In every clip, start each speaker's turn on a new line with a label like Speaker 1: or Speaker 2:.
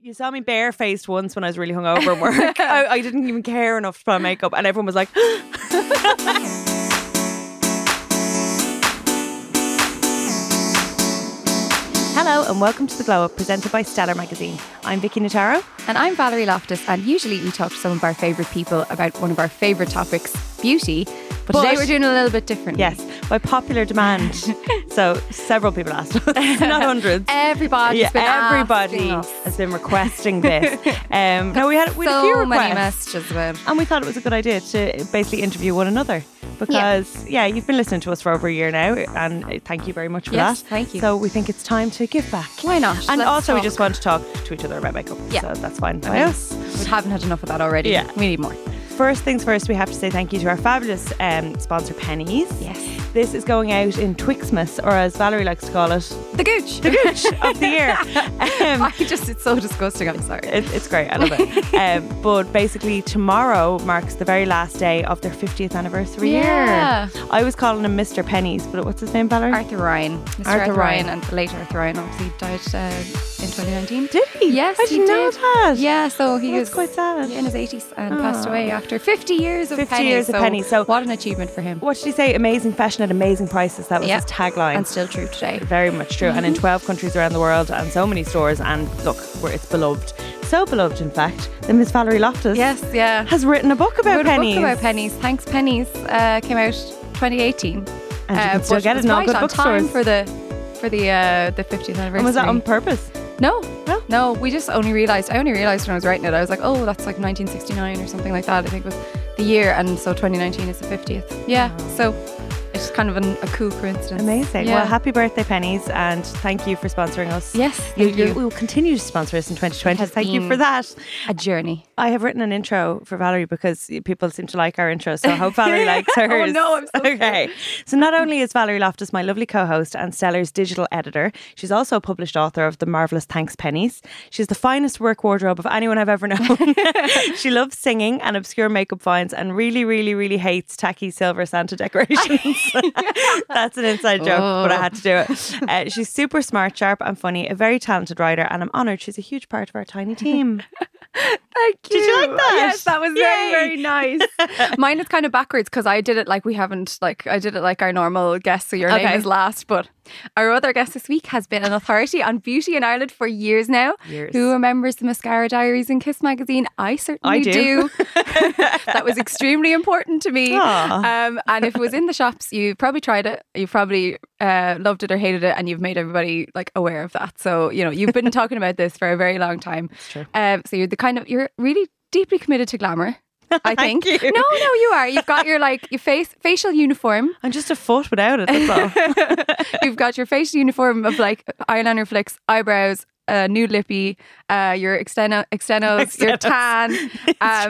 Speaker 1: You saw me barefaced once when I was really hungover and work. I, I didn't even care enough to put on makeup, and everyone was like, Hello, and welcome to The Glow Up, presented by Stellar Magazine. I'm Vicky Notaro.
Speaker 2: And I'm Valerie Loftus, and usually we talk to some of our favourite people about one of our favourite topics, beauty. But,
Speaker 1: But-
Speaker 2: today we're doing a little bit different.
Speaker 1: Yes, by popular demand. so several people asked us, not hundreds.
Speaker 2: Everybody's
Speaker 1: Yeah,
Speaker 2: been
Speaker 1: everybody
Speaker 2: asking us.
Speaker 1: has been requesting this. Um, now we had we had a
Speaker 2: so
Speaker 1: few requests.
Speaker 2: many messages about.
Speaker 1: And we thought it was a good idea to basically interview one another because, yeah, you've been listening to us for over a year now, and uh, thank you very much for
Speaker 2: Yes,
Speaker 1: that.
Speaker 2: thank you.
Speaker 1: So we think it's time to give back.
Speaker 2: Why not?
Speaker 1: And
Speaker 2: Let's
Speaker 1: also, we
Speaker 2: talk.
Speaker 1: just want to talk to each other about makeup.
Speaker 2: Yeah.
Speaker 1: So that's fine. by
Speaker 2: mean,
Speaker 1: us.
Speaker 2: We haven't had enough of that already.
Speaker 1: Yeah.
Speaker 2: We need more.
Speaker 1: First things first, we have to say thank you to our fabulous um, sponsor, Pennies.
Speaker 2: Yes.
Speaker 1: This is going out in Twixmas, or as Valerie likes to call it,
Speaker 2: The gooch.
Speaker 1: the gooch of the year. Um,
Speaker 2: I just, it's so disgusting. I'm sorry.
Speaker 1: it, it's great. I love it. Um, but basically, tomorrow marks the very last day of their 50th anniversary
Speaker 2: Yeah.
Speaker 1: year. I was calling him Mr. Pennies, but what's his name, Valerie?
Speaker 2: Arthur Ryan. Mr.
Speaker 1: Arthur
Speaker 2: Arthur,
Speaker 1: Ryan.
Speaker 2: Ryan. and the late Arthur Ryan obviously died uh, in 2019.
Speaker 1: Did he?
Speaker 2: Yes,
Speaker 1: I didn't
Speaker 2: he
Speaker 1: know
Speaker 2: did.
Speaker 1: that.
Speaker 2: Yeah, so he
Speaker 1: That's
Speaker 2: was
Speaker 1: quite sad.
Speaker 2: in his 80s and passed away after 50 years of
Speaker 1: 50
Speaker 2: pennies.
Speaker 1: years of
Speaker 2: so
Speaker 1: pennies, so-
Speaker 2: what an achievement for him.
Speaker 1: What did he say? Amazing fashion at amazing prices. That was
Speaker 2: Yeah.
Speaker 1: his tagline.
Speaker 2: And Mm-hmm. still true today.
Speaker 1: very much true. And in 12 countries around the world and so many stores. And look, where it's beloved. So beloved, in fact, that Miss Valerie Loftus
Speaker 2: Yes, yeah.
Speaker 1: has written a book about
Speaker 2: Wrote
Speaker 1: pennies.
Speaker 2: A book about pennies. Thanks, pennies. Uh, came out Uh, 2018. And
Speaker 1: you can still get it in all good
Speaker 2: on time
Speaker 1: bookstores.
Speaker 2: for the for the uh, the 50th anniversary.
Speaker 1: and was that on purpose?
Speaker 2: No,
Speaker 1: No?
Speaker 2: no, We just only realized. I only realized when I was writing it. I was like, oh, that's like 1969 or something like that. I think was the year, and so 2019 is the 50th. Yeah. So it's just kind of an, a cool coincidence.
Speaker 1: Amazing. Well,
Speaker 2: Yeah.
Speaker 1: happy birthday, Pennies, and thank you for sponsoring us.
Speaker 2: Yes,
Speaker 1: you,
Speaker 2: thank you.
Speaker 1: will continue to sponsor us in 2020.
Speaker 2: has
Speaker 1: Thank you
Speaker 2: been-
Speaker 1: for that.
Speaker 2: a journey.
Speaker 1: I have written an intro for Valerie because people seem to like our intro, so I hope Valerie likes hers.
Speaker 2: Oh, no, I'm so
Speaker 1: okay. So not only is Valerie Loftus my lovely co-host and Stellar's digital editor, she's also a published author of The Marvelous Thanks Pennies. She's the finest work wardrobe of anyone I've ever known. she loves singing and obscure makeup finds and really, really, really hates tacky silver Santa decorations. That's an inside joke, but I had to do it.
Speaker 2: Oh.
Speaker 1: Uh, she's super smart, sharp and funny, a very talented writer, and I'm honoured she's a huge part of our tiny team.
Speaker 2: Thank you.
Speaker 1: you like that?
Speaker 2: Yes, that was
Speaker 1: Yay.
Speaker 2: very, very nice. Mine is kind of backwards because I did it like we haven't, like, I did it like our normal guest, so your
Speaker 1: Okay.
Speaker 2: name is last. But our other guest this week has been an authority on beauty in Ireland for years now.
Speaker 1: Years.
Speaker 2: Who remembers the Mascara Diaries and Kiss magazine? I certainly
Speaker 1: I do.
Speaker 2: that was extremely important to me.
Speaker 1: Aw.
Speaker 2: Um, and if it was in the shops, you probably tried it. You probably uh, loved it or hated it, and you've made everybody like aware of that. So you know you've been talking about this for a very long time.
Speaker 1: true.
Speaker 2: Um, so you're the kind of you're really deeply committed to glamour. I
Speaker 1: Thank
Speaker 2: think.
Speaker 1: you.
Speaker 2: No, no, you are. You've got your like your face facial uniform.
Speaker 1: I'm just a foot without it. That's all.
Speaker 2: You've got your facial uniform of like eyeliner flicks, eyebrows, uh, nude lippy, uh, your exteno, extenos, your
Speaker 1: Extenos.
Speaker 2: tan,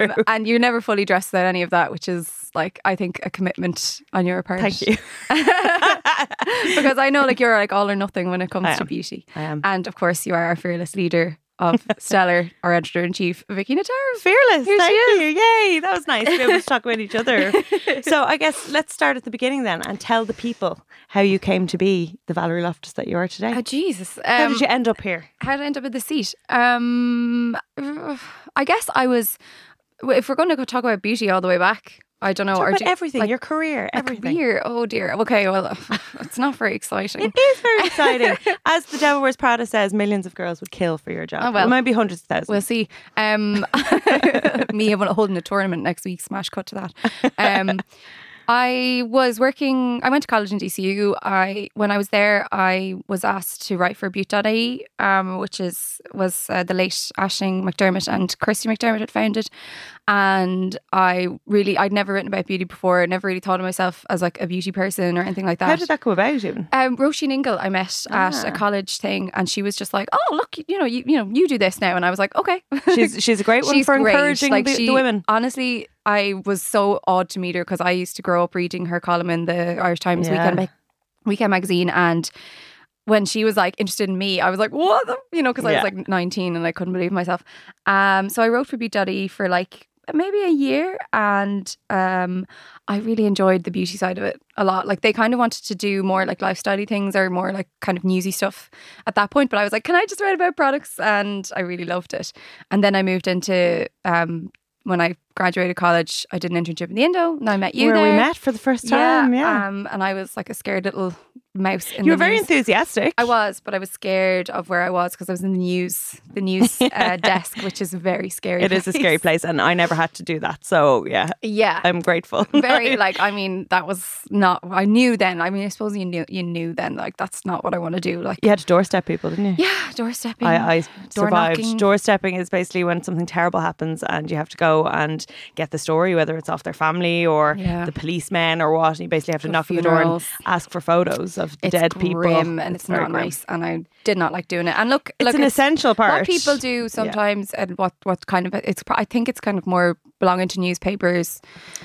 Speaker 2: um,
Speaker 1: true.
Speaker 2: and you're never fully dressed without any of that, which is like I think a commitment on your part.
Speaker 1: Thank you.
Speaker 2: because I know like you're like all or nothing when it comes
Speaker 1: I
Speaker 2: to
Speaker 1: am.
Speaker 2: beauty.
Speaker 1: I am.
Speaker 2: And of course, you are our fearless leader of Stellar, our editor in chief, Vicky Nataro.
Speaker 1: Fearless.
Speaker 2: Here she
Speaker 1: Thank you. Yay. That was nice to be able to talk about each other. So I guess let's start at the beginning then and tell the people how you came to be the Valerie Loftus that you are today.
Speaker 2: Oh Jesus! Um,
Speaker 1: how did you end up here?
Speaker 2: how did I end up with the seat? Um, I guess I was. w- If we're going to go talk about beauty all the way back, I don't know.
Speaker 1: Talk
Speaker 2: or
Speaker 1: about
Speaker 2: do-
Speaker 1: everything,
Speaker 2: like,
Speaker 1: your career,
Speaker 2: a
Speaker 1: everything.
Speaker 2: career. Oh dear. Okay. Well, it's not very exciting.
Speaker 1: It is very exciting. As the Devil Wears Prada says, millions of girls would kill for your job.
Speaker 2: Oh, well.
Speaker 1: It might be hundreds of 1000s
Speaker 2: We'll see. Um, me having holding a tournament next week. Smash cut to that. Um, I was working. I went to college in DCU. I when I was there, I was asked to write for Butte.ie, um, which is was uh, the late Ashing McDermott and Kirsty McDermott had founded. And I really, I'd never written about beauty before. I never really thought of myself as like a beauty person or anything like that.
Speaker 1: How did that come about even?
Speaker 2: Um, Roisin Ingle, I met at
Speaker 1: Ah.
Speaker 2: a college thing, and she was just like, "Oh, look, you, you know, you, you know, you do this now," and I was like, "Okay."
Speaker 1: She's, she's a great one
Speaker 2: She's
Speaker 1: for
Speaker 2: great.
Speaker 1: encouraging
Speaker 2: Like,
Speaker 1: the, the
Speaker 2: she-
Speaker 1: women.
Speaker 2: Honestly, I was so odd to meet her because I used to grow up reading her column in the Irish Times
Speaker 1: Yeah.
Speaker 2: weekend ma- weekend magazine, and when she was like interested in me, I was like, "What?" The? You know, because I
Speaker 1: Yeah.
Speaker 2: was like nineteen and I couldn't believe myself. Um, so I wrote for Beat Daddy for like maybe a year, and um, I really enjoyed the beauty side of it a lot. Like they kind of wanted to do more like lifestyle things or more like kind of newsy stuff at that point, but I was like, can I just write about products? And I really loved it. And then I moved into um, when I graduated college, I did an internship in the Indo, and I met you
Speaker 1: where
Speaker 2: there.
Speaker 1: we met for the first time. Yeah.
Speaker 2: Um, and I was like a scared little mouse. In
Speaker 1: you were
Speaker 2: the
Speaker 1: very
Speaker 2: news.
Speaker 1: enthusiastic.
Speaker 2: I was, but I was scared of where I was because I was in the news, the news uh, desk, which is a very scary.
Speaker 1: It is a scary place, and I never had to do that. So yeah,
Speaker 2: Yeah,
Speaker 1: I'm grateful.
Speaker 2: very like I mean that was not. I knew then. I mean, I suppose you knew you knew then. Like that's not what I want to do. Like
Speaker 1: you had to doorstep people, didn't you?
Speaker 2: yeah, doorstepping.
Speaker 1: I, I
Speaker 2: door
Speaker 1: survived.
Speaker 2: knocking.
Speaker 1: Doorstepping is basically when something terrible happens and you have to go and get the story, whether it's off their family or
Speaker 2: Yeah.
Speaker 1: the policemen or what. And you basically have to
Speaker 2: Or
Speaker 1: knock on the door and
Speaker 2: funerals.
Speaker 1: ask for photos of the
Speaker 2: it's
Speaker 1: dead
Speaker 2: grim
Speaker 1: people.
Speaker 2: and it's,
Speaker 1: very
Speaker 2: not
Speaker 1: grim.
Speaker 2: nice. And I did not like doing it. And look,
Speaker 1: It's
Speaker 2: look,
Speaker 1: an essential part.
Speaker 2: What people do sometimes, and what what kind of it's. pro- I think it's kind of more belonging to newspapers.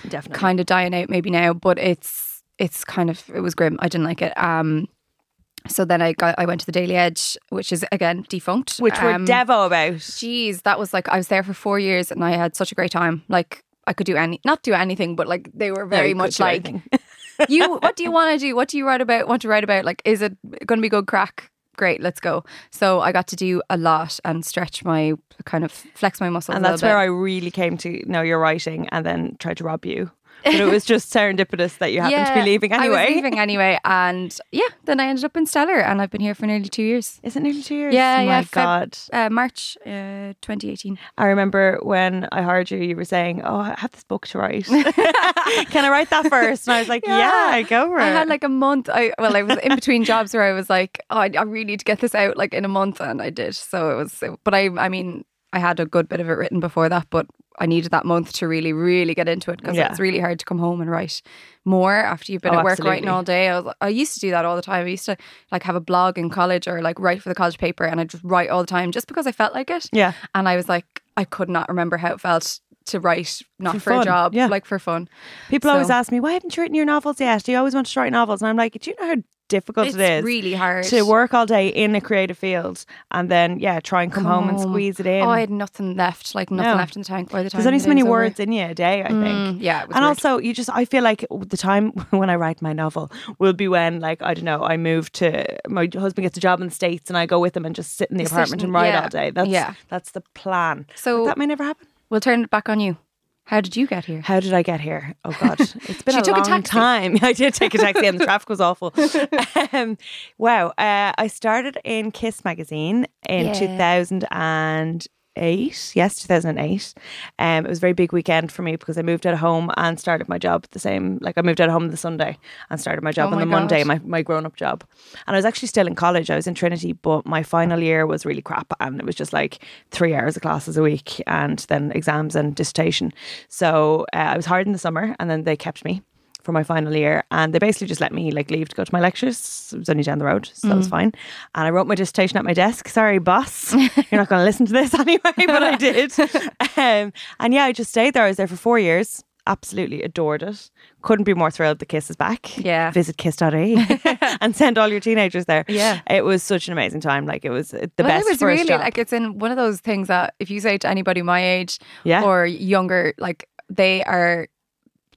Speaker 1: definitely.
Speaker 2: kind of dying out maybe now, but it's it's kind of it was grim. I didn't like it. Um, so then I got I went to the Daily Edge, which is again defunct.
Speaker 1: Which we're
Speaker 2: Um,
Speaker 1: Devo about.
Speaker 2: Jeez, that was like I was there for four years and I had such a great time. Like I could do any, not do anything, but like they were very
Speaker 1: you could
Speaker 2: much
Speaker 1: do
Speaker 2: like
Speaker 1: anything.
Speaker 2: you. What do you want to do? What do you write about? Want to write about? Like, is it going to be good crack? Great, let's go. So I got to do a lot and stretch my kind of flex my muscles.
Speaker 1: And
Speaker 2: a
Speaker 1: that's
Speaker 2: little
Speaker 1: where
Speaker 2: bit.
Speaker 1: I really came to know your writing and then tried to rob you. But it was just serendipitous that you happened to be leaving
Speaker 2: I was
Speaker 1: anyway.
Speaker 2: leaving anyway, and yeah, then I ended up in Stellar, and I've been here for nearly two years.
Speaker 1: Is it nearly two years? Oh
Speaker 2: Yeah,
Speaker 1: My
Speaker 2: yeah, Feb-
Speaker 1: God.
Speaker 2: Uh, March uh, 2018.
Speaker 1: I remember when I hired you, you were saying, Oh, I have this book to write. Can I write that first? And I was like, Yeah, go for it.
Speaker 2: I had like a month. I well, I was in between jobs where I was like, oh, I, I really need to get this out like in a month, and I did. So it was, but I, I mean, I had a good bit of it written before that, but I needed that month to really, really get into it because
Speaker 1: Yeah.
Speaker 2: it's really hard to come home and write more after you've been
Speaker 1: Oh,
Speaker 2: at work
Speaker 1: absolutely.
Speaker 2: writing all day. I was, I used to do that all the time. I used to like have a blog in college or like write for the college paper, and I just write all the time just because I felt like it.
Speaker 1: yeah.
Speaker 2: And I was like, I could not remember how it felt to write, not
Speaker 1: For
Speaker 2: for,
Speaker 1: fun,
Speaker 2: a job,
Speaker 1: yeah.
Speaker 2: like for fun.
Speaker 1: People always
Speaker 2: So-
Speaker 1: ask me, Why haven't you written your novels yet? Do you always want to write novels? And I'm like, Do you know how difficult
Speaker 2: It's
Speaker 1: it is?
Speaker 2: really hard
Speaker 1: to work all day in a creative field and then yeah try and come,
Speaker 2: Come
Speaker 1: home, and
Speaker 2: home.
Speaker 1: squeeze it in
Speaker 2: Oh, I had nothing left, like nothing
Speaker 1: No.
Speaker 2: left in the tank by the time.
Speaker 1: there's only
Speaker 2: the
Speaker 1: so many
Speaker 2: day was over.
Speaker 1: words in you a day I think
Speaker 2: Mm, yeah, it was
Speaker 1: and
Speaker 2: weird.
Speaker 1: also you just i feel like the time when i write my novel will be when like i don't know i move to my husband gets a job in the states and i go with him and just sit in the
Speaker 2: Just sit
Speaker 1: apartment and
Speaker 2: and-
Speaker 1: write
Speaker 2: yeah,
Speaker 1: all day that's
Speaker 2: yeah.
Speaker 1: that's the plan
Speaker 2: So-
Speaker 1: But that may never happen
Speaker 2: we'll turn it back on you. How did you get here?
Speaker 1: how did I get here? Oh God, it's been
Speaker 2: She
Speaker 1: a
Speaker 2: took a
Speaker 1: long
Speaker 2: taxi.
Speaker 1: time. I did take a taxi, and the traffic was awful. Um, wow, uh, I started in Kiss magazine in
Speaker 2: Yeah.
Speaker 1: 2008. Yes, 2008. Um, it was a very big weekend for me because I moved out of home and started my job the same. Like I moved out of home the Sunday and started my job
Speaker 2: Oh
Speaker 1: on
Speaker 2: my
Speaker 1: the Monday,
Speaker 2: God.
Speaker 1: my, my grown up job. And I was actually still in college. I was in Trinity, but my final year was really crap. And it was just like three hours of classes a week and then exams and dissertation. So uh, I was hired in the summer and then they kept me for my final year and they basically just let me like leave to go to my lectures it was only down the road so that was fine and I wrote my dissertation at my desk sorry boss you're not going to listen to this anyway but I did um, and yeah I just stayed there I was there for four years absolutely adored it couldn't be more thrilled the kiss is back
Speaker 2: Yeah.
Speaker 1: visit kiss.ie and send all your teenagers there
Speaker 2: Yeah.
Speaker 1: it was such an amazing time like it was uh, the
Speaker 2: Well,
Speaker 1: best
Speaker 2: it was
Speaker 1: first
Speaker 2: really
Speaker 1: job.
Speaker 2: like it's in one of those things that if you say to anybody my age
Speaker 1: Yeah.
Speaker 2: or younger, like they are,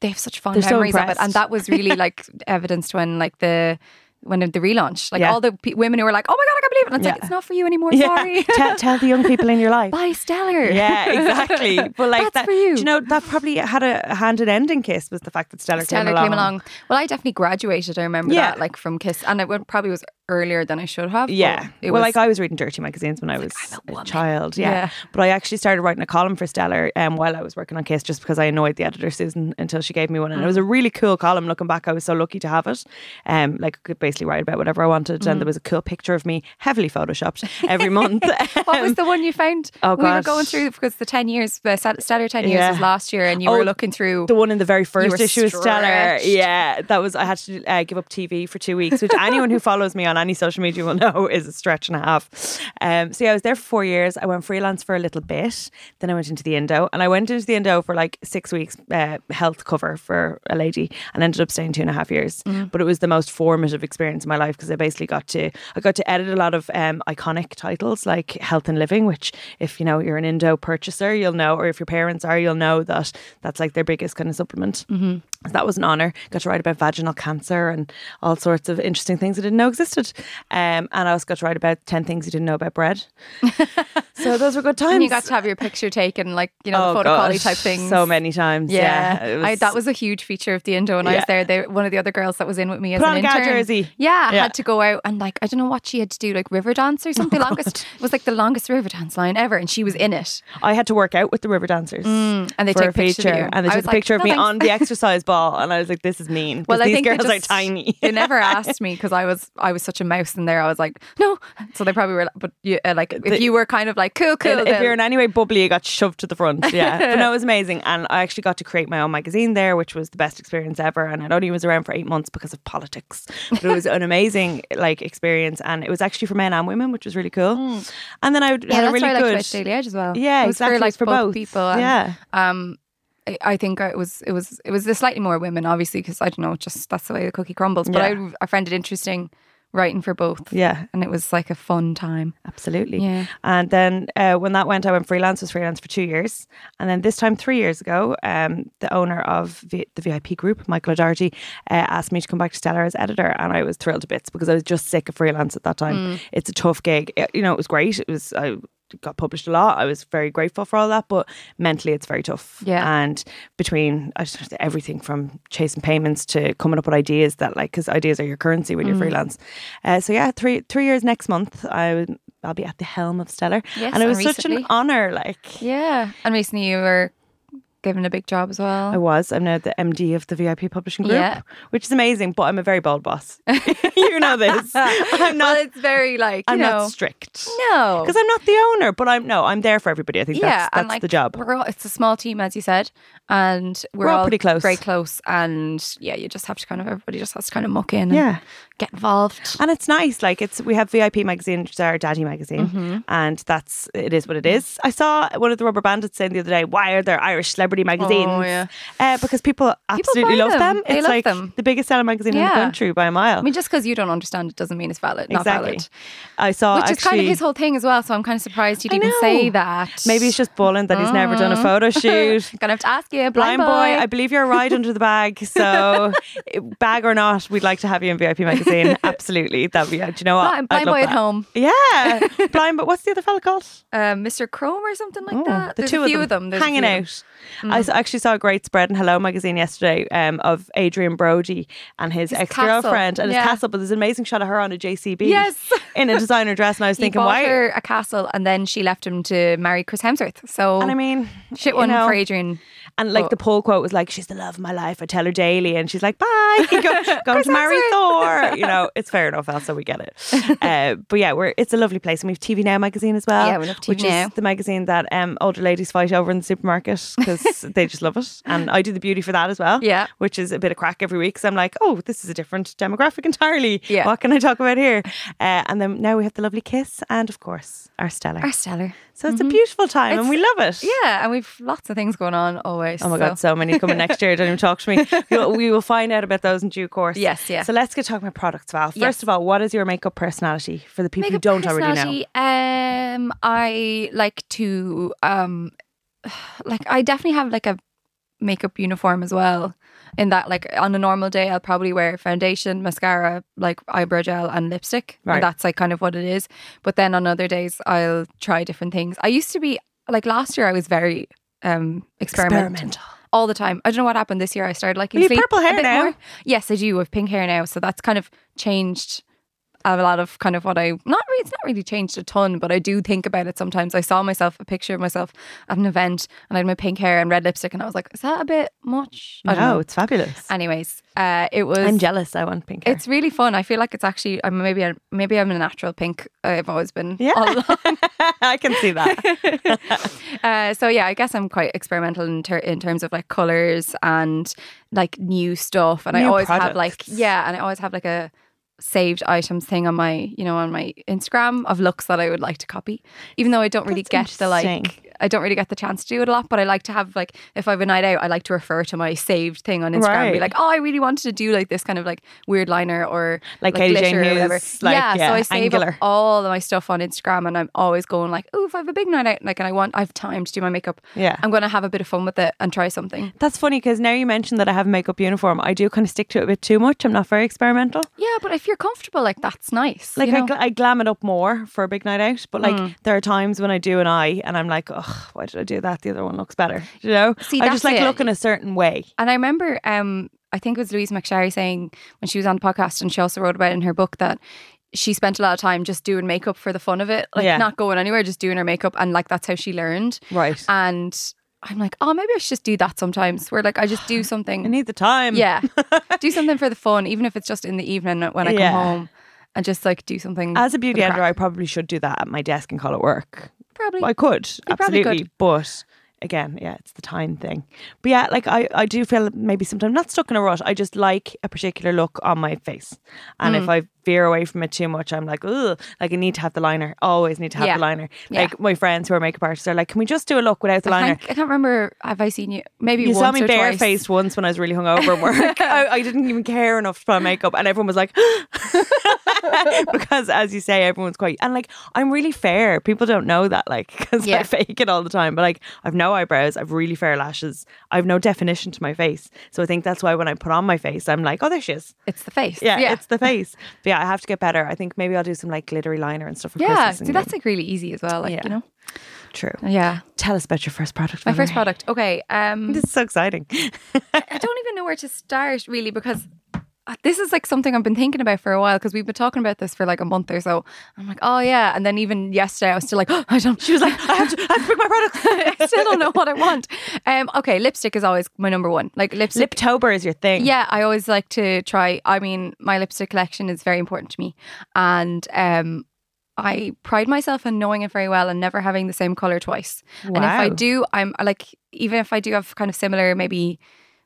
Speaker 2: they have such fond
Speaker 1: They're so
Speaker 2: memories of it,
Speaker 1: impressed.
Speaker 2: and that was really like evidenced when like the. When the relaunch, like
Speaker 1: Yeah.
Speaker 2: all the pe- women who were like, "Oh my god, I can't believe it!" and it's
Speaker 1: Yeah.
Speaker 2: like it's not for you anymore. Sorry,
Speaker 1: Yeah. tell, tell the young people in your life
Speaker 2: bye, Stellar.
Speaker 1: Yeah, exactly. But like
Speaker 2: That's
Speaker 1: that,
Speaker 2: for you.
Speaker 1: do you know that probably had a hand in ending kiss was the fact that Stellar,
Speaker 2: Stellar
Speaker 1: came along.
Speaker 2: Well, I definitely graduated. I remember
Speaker 1: Yeah.
Speaker 2: that, like from Kiss, and it would, probably was earlier than I should have. but
Speaker 1: Yeah.
Speaker 2: it
Speaker 1: well,
Speaker 2: was
Speaker 1: like I was reading dirty magazines when I was a, child. Yeah.
Speaker 2: Yeah.
Speaker 1: But I actually started writing a column for Stellar um, while I was working on Kiss just because I annoyed the editor, Susan, until she gave me one. And it was a really cool column. Looking back, I was so lucky to have it. Um, like, I could basically write about whatever I wanted. And there was a cool picture of me, heavily photoshopped, every month. Um,
Speaker 2: what was the one you found?
Speaker 1: oh,
Speaker 2: we were
Speaker 1: gosh.
Speaker 2: going through because the ten years, the Stel- Stellar ten years
Speaker 1: Yeah.
Speaker 2: was last year, and you
Speaker 1: Oh,
Speaker 2: were looking through.
Speaker 1: The one in the very first
Speaker 2: were
Speaker 1: issue of Stellar.
Speaker 2: stretched.
Speaker 1: Yeah, that was. I had to uh, give up TV for two weeks, which anyone who follows me on any social media will know is a stretch and a half. Um, so yeah, I was there for four years. I went freelance for a little bit. Then I went into the Indo and I went into the Indo for like six weeks uh, health cover for a lady and ended up staying two and a half years. But it was the most formative experience in my life because I basically got to, I got to edit a lot of um, iconic titles like Health and Living, which if, you know, you're an Indo purchaser, you'll know, or if your parents are, you'll know that that's like their biggest kind of supplement. Mm-hmm. So that was an honor. Got to write about vaginal cancer and all sorts of interesting things I didn't know existed. Um, and I also got to write about 10 things you didn't know about bread. so those were good times.
Speaker 2: And you got to have your picture taken, like, you know, the
Speaker 1: Oh,
Speaker 2: photo quality
Speaker 1: gosh,
Speaker 2: type thing.
Speaker 1: So many times. Yeah. it
Speaker 2: I, that was a huge feature of the Indo when I
Speaker 1: Yeah.
Speaker 2: was there. They, one of the other girls that was in with me as
Speaker 1: Put
Speaker 2: an
Speaker 1: on a
Speaker 2: intern.
Speaker 1: gal jersey. Yeah.
Speaker 2: Yeah,
Speaker 1: Oh,
Speaker 2: had to go out and like I don't know what she had to do, like river dance or something. longest it was like the longest river dance line ever, and she was in it.
Speaker 1: I had to work out with the river dancers
Speaker 2: Mm. and they
Speaker 1: for
Speaker 2: took
Speaker 1: a
Speaker 2: pictures of
Speaker 1: feature,
Speaker 2: you.
Speaker 1: and they
Speaker 2: I
Speaker 1: took
Speaker 2: was
Speaker 1: a
Speaker 2: like,
Speaker 1: picture of
Speaker 2: "No,
Speaker 1: me
Speaker 2: thanks."
Speaker 1: on the exercise ball, and I was like, "This is mean." Well,
Speaker 2: Well, I
Speaker 1: these
Speaker 2: think
Speaker 1: girls
Speaker 2: they
Speaker 1: are
Speaker 2: just-
Speaker 1: tiny.
Speaker 2: they never asked me because I was I was such a mouse in there. I was like, no. So they probably were, like- but you, uh, like if
Speaker 1: The-
Speaker 2: you were kind of like cool, cool.
Speaker 1: And if
Speaker 2: they'll-
Speaker 1: you're in any way bubbly, you got shoved to the front. Yeah, but no, it was amazing, and I actually got to create my own magazine there, which was the best experience ever. And it only was around for eight months because of politics, but it was an amazing like experience, and it was actually for men and women, which was really cool. And then I had
Speaker 2: Mm. yeah,
Speaker 1: a
Speaker 2: that's
Speaker 1: really
Speaker 2: why I liked
Speaker 1: good.
Speaker 2: Rich Daily Edge as well.
Speaker 1: Yeah,
Speaker 2: it was
Speaker 1: exactly.
Speaker 2: For, like,
Speaker 1: it's for
Speaker 2: both,
Speaker 1: both
Speaker 2: people. and,
Speaker 1: yeah,
Speaker 2: Um, I- I think it was it was it was the slightly more women, obviously, because I don't know, just that's the way the cookie crumbles. But
Speaker 1: Yeah.
Speaker 2: I, I found it interesting writing for both,
Speaker 1: yeah.
Speaker 2: and it was like a fun time.
Speaker 1: Absolutely.
Speaker 2: Yeah.
Speaker 1: And then uh, when that went, I went freelance, was freelance for two years. And then this time, three years ago, um, the owner of v- the VIP group, Michael O'Doherty, uh, asked me to come back to Stellar as editor. And I was thrilled to bits because I was just sick of freelance at that
Speaker 2: Mm.
Speaker 1: time. It's a tough gig. It- you know, it was great. It was, I got published a lot. I was very grateful for all that, but mentally it's very tough.
Speaker 2: Yeah.
Speaker 1: And between I just- everything from chasing payments to coming up with ideas that like, cause ideas are your currency when you're
Speaker 2: Mm.
Speaker 1: freelance. Uh, so yeah, three, three years next month, I would, I'll be at the helm of Stellar.
Speaker 2: Yes,
Speaker 1: and it
Speaker 2: and
Speaker 1: was such an
Speaker 2: recently.
Speaker 1: honor. Like
Speaker 2: Yeah, and recently you were given a big job as well.
Speaker 1: I was, I'm now the MD of the VIP publishing group,
Speaker 2: Yeah.
Speaker 1: which is amazing, but I'm a very bold boss. you know this. I'm not,
Speaker 2: well, it's very like you
Speaker 1: I'm
Speaker 2: know,
Speaker 1: not strict.
Speaker 2: no,
Speaker 1: Because I'm not the owner, but I'm no, I'm there for everybody. I think that's, that's
Speaker 2: and like
Speaker 1: the job.
Speaker 2: We're all, it's a small team, as you said, and we're,
Speaker 1: We're all pretty close.
Speaker 2: very close. And yeah, you just have to kind of everybody just has to kind of muck in, and
Speaker 1: Yeah.
Speaker 2: get involved.
Speaker 1: And it's nice. Like it's we have VIP magazine, which is our daddy magazine,
Speaker 2: Mm-hmm.
Speaker 1: and that's it is what it is. I saw one of the rubber bandits saying the other day, "Why are there Irish celebrity magazines?"
Speaker 2: Oh, yeah.
Speaker 1: uh, because people absolutely
Speaker 2: buy
Speaker 1: love them.
Speaker 2: them. They
Speaker 1: It's
Speaker 2: love
Speaker 1: like
Speaker 2: them.
Speaker 1: the biggest selling magazine in the
Speaker 2: Yeah.
Speaker 1: country by a mile.
Speaker 2: I mean, just because you don't understand it doesn't mean it's valid, not
Speaker 1: exactly.
Speaker 2: valid.
Speaker 1: I saw
Speaker 2: Which
Speaker 1: actually.
Speaker 2: is kind of his whole thing as well. So I'm kind of surprised he
Speaker 1: I
Speaker 2: didn't
Speaker 1: know.
Speaker 2: say that.
Speaker 1: Maybe he's just balling that he's never done a photo shoot.
Speaker 2: gonna have to ask you,
Speaker 1: Blind
Speaker 2: Mm. blind,
Speaker 1: boy, I believe you're a ride under the bag. So, bag or not, we'd like to have you in VIP magazine. Absolutely, that'd be. uh, Do you know what?
Speaker 2: blind,
Speaker 1: I'd
Speaker 2: blind
Speaker 1: love
Speaker 2: boy at
Speaker 1: that.
Speaker 2: home,
Speaker 1: Yeah, blind. But what's the other fella called?
Speaker 2: uh, Mr. Chrome or something like
Speaker 1: Oh,
Speaker 2: that.
Speaker 1: The
Speaker 2: There's
Speaker 1: two
Speaker 2: a few
Speaker 1: of them,
Speaker 2: There's a
Speaker 1: hanging
Speaker 2: few of them. Mm.
Speaker 1: out. I s- actually saw a great spread in Hello magazine yesterday um, of Adrian Brody and his, ex girlfriend
Speaker 2: castle,
Speaker 1: and
Speaker 2: yeah.
Speaker 1: his castle. But there's an amazing shot of her on a JCB.
Speaker 2: Yes.
Speaker 1: in a designer dress, and I was
Speaker 2: He
Speaker 1: thinking,
Speaker 2: bought
Speaker 1: why?
Speaker 2: her a castle, and then she left him to marry Chris Hemsworth. So
Speaker 1: And I mean,
Speaker 2: shit
Speaker 1: you
Speaker 2: one
Speaker 1: know.
Speaker 2: for Adrian.
Speaker 1: And like the poll quote was like, "She's the love of my life." I tell her daily, and she's like, "Bye, go, going to marry Thor." You know, it's fair enough. Elsa, we get it. Uh, but yeah, we're it's a lovely place, and we have TV Now magazine as well.
Speaker 2: Yeah, we love TV
Speaker 1: which
Speaker 2: Now.
Speaker 1: is the magazine that um, older ladies fight over in the supermarket because they just love it, and I do the beauty for that as well.
Speaker 2: Yeah.
Speaker 1: which is a bit of crack every week. So I'm like, oh, this is a different demographic entirely.
Speaker 2: Yeah.
Speaker 1: what can I talk about here? Uh, and then now we have the lovely kiss, and of course our Stellar.
Speaker 2: Our stellar.
Speaker 1: so it's a beautiful time, and we love it.
Speaker 2: mm-hmm. Yeah, and we've lots of things going on always.
Speaker 1: Oh my God, so many coming next year. Don't even talk to me. You'll- We will find out about those in due course.
Speaker 2: Yes, yeah.
Speaker 1: So let's get talking about products, Val. First
Speaker 2: Yes.
Speaker 1: of all, what is your makeup personality for the people who don't already know?
Speaker 2: already know. Um, I like to um, like I definitely have like a makeup uniform as well. In that, like on a normal day, I'll probably wear foundation, mascara, like eyebrow gel, and lipstick.
Speaker 1: Right.
Speaker 2: And that's like kind of what it is. But then on other days, I'll try different things. I used to be like last year, I was very um experimental. all the time. I don't know what happened this year. I started liking
Speaker 1: Well, you have
Speaker 2: sleep
Speaker 1: purple
Speaker 2: a
Speaker 1: hair
Speaker 2: bit
Speaker 1: now.
Speaker 2: more. Yes, I do. I have pink hair now, so that's kind of changed a lot of kind of what I not really. It's not really changed a ton, but I do think about it sometimes. I saw myself a picture of myself at an event, and I had my pink hair and red lipstick, and I was like, "Is that a bit much?" um, I don't
Speaker 1: No,
Speaker 2: know.
Speaker 1: it's fabulous.
Speaker 2: Anyways, uh, it was.
Speaker 1: I'm jealous. I want pink hair.
Speaker 2: it's really fun. I feel like it's actually. I'm maybe. i maybe I'm a natural pink. I've always been.
Speaker 1: yeah,
Speaker 2: all along.
Speaker 1: I can see that.
Speaker 2: Uh, so yeah, I guess I'm quite experimental in, ter- in terms of like colors and like new stuff, and I
Speaker 1: New
Speaker 2: always have like
Speaker 1: products.
Speaker 2: yeah, and I always have like a saved items thing on my you know on my Instagram of looks that I would like to copy even though I don't really
Speaker 1: That's
Speaker 2: get the
Speaker 1: interesting.
Speaker 2: like I don't really get the chance to do it a lot but I like to have like if I have a night out I like to refer to my saved thing on Instagram and
Speaker 1: Right.
Speaker 2: be like oh I really wanted to do like this kind of like weird liner or
Speaker 1: Like Katie Jane
Speaker 2: glitter or whatever
Speaker 1: Hughes, like, yeah,
Speaker 2: so I save up
Speaker 1: angular.
Speaker 2: all of my stuff on Instagram and I'm always going like oh if I have a big night out like and I want I have time to do my makeup
Speaker 1: Yeah.
Speaker 2: I'm going to have a bit of fun with it and try something
Speaker 1: That's funny because now you mentioned that I have a makeup uniform. I do kind of stick to it a bit too much. I'm not very experimental.
Speaker 2: yeah but if you're comfortable like that's nice
Speaker 1: Like
Speaker 2: you know? Mm.
Speaker 1: I, gl- I glam it up more for a big night out, but like there are times when I do an eye and I'm like, oh, why did I do that? The other one looks better. You know,
Speaker 2: See,
Speaker 1: I just
Speaker 2: that's
Speaker 1: like
Speaker 2: it.
Speaker 1: looking a certain way.
Speaker 2: And I remember, um, I think it was Louise McSherry saying when she was on the podcast, and she also wrote about it in her book that she spent a lot of time just doing makeup for the fun of it, like
Speaker 1: Yeah.
Speaker 2: not going anywhere, just doing her makeup, and like that's how she learned.
Speaker 1: Right.
Speaker 2: And I'm like, oh, maybe I should just do that sometimes, where like I just do
Speaker 1: I
Speaker 2: something,
Speaker 1: need the time.
Speaker 2: yeah, do something for the fun, even if it's just in the evening when I come
Speaker 1: Yeah.
Speaker 2: home, and just like do something
Speaker 1: As a
Speaker 2: for the
Speaker 1: beauty
Speaker 2: crack.
Speaker 1: editor, I probably should do that at my desk and call it work.
Speaker 2: probably.
Speaker 1: I could
Speaker 2: probably could.
Speaker 1: absolutely, but again, yeah, it's the time thing. But yeah, like I, I do feel maybe sometimes not stuck in a rut. I just like a particular look on my face, and
Speaker 2: Mm.
Speaker 1: if I veer away from it too much, I'm like, ugh, like I need to have the liner. Always need to have
Speaker 2: Yeah.
Speaker 1: the liner.
Speaker 2: Yeah.
Speaker 1: Like my friends who are makeup artists are like, can we just do a look without the
Speaker 2: I,
Speaker 1: liner?
Speaker 2: think, I can't remember. Have I seen you? Maybe
Speaker 1: You
Speaker 2: once
Speaker 1: saw me
Speaker 2: or twice.
Speaker 1: barefaced once when I was really hungover at work. I, I didn't even care enough to put on makeup, and everyone was like, because as you say, everyone's quite and like I'm really fair. People don't know that, like, because
Speaker 2: Yeah.
Speaker 1: I fake it all the time. But like, I've no eyebrows. I've really fair lashes. I've no definition to my face, so I think that's why when I put on my face, I'm like, oh, there she is.
Speaker 2: It's the face.
Speaker 1: Yeah, it's the face. But yeah, I have to get better. I think maybe I'll do some like glittery liner and stuff. For
Speaker 2: yeah.
Speaker 1: Christmas and
Speaker 2: See, that's like really easy as well. Like
Speaker 1: Yeah.
Speaker 2: you know.
Speaker 1: true.
Speaker 2: Yeah.
Speaker 1: Tell us about your first product.
Speaker 2: My first
Speaker 1: Valerie.
Speaker 2: product. Okay. Um,
Speaker 1: This is so exciting.
Speaker 2: I don't even know where to start really because uh, this is like something I've been thinking about for a while because we've been talking about this for like a month or so. I'm like, oh yeah, and then even yesterday I was still like, oh, I don't. She was like,
Speaker 1: I have to, I have to pick my product.
Speaker 2: I still don't know what I want. Um, okay, lipstick is always my number one. Like lipstick.
Speaker 1: Liptober is your thing.
Speaker 2: yeah, I always like to try. I mean, my lipstick collection is very important to me, and um, I pride myself in knowing it very well and never having the same color twice. And if I
Speaker 1: Wow.
Speaker 2: do, I'm like, even if I do have kind of similar, maybe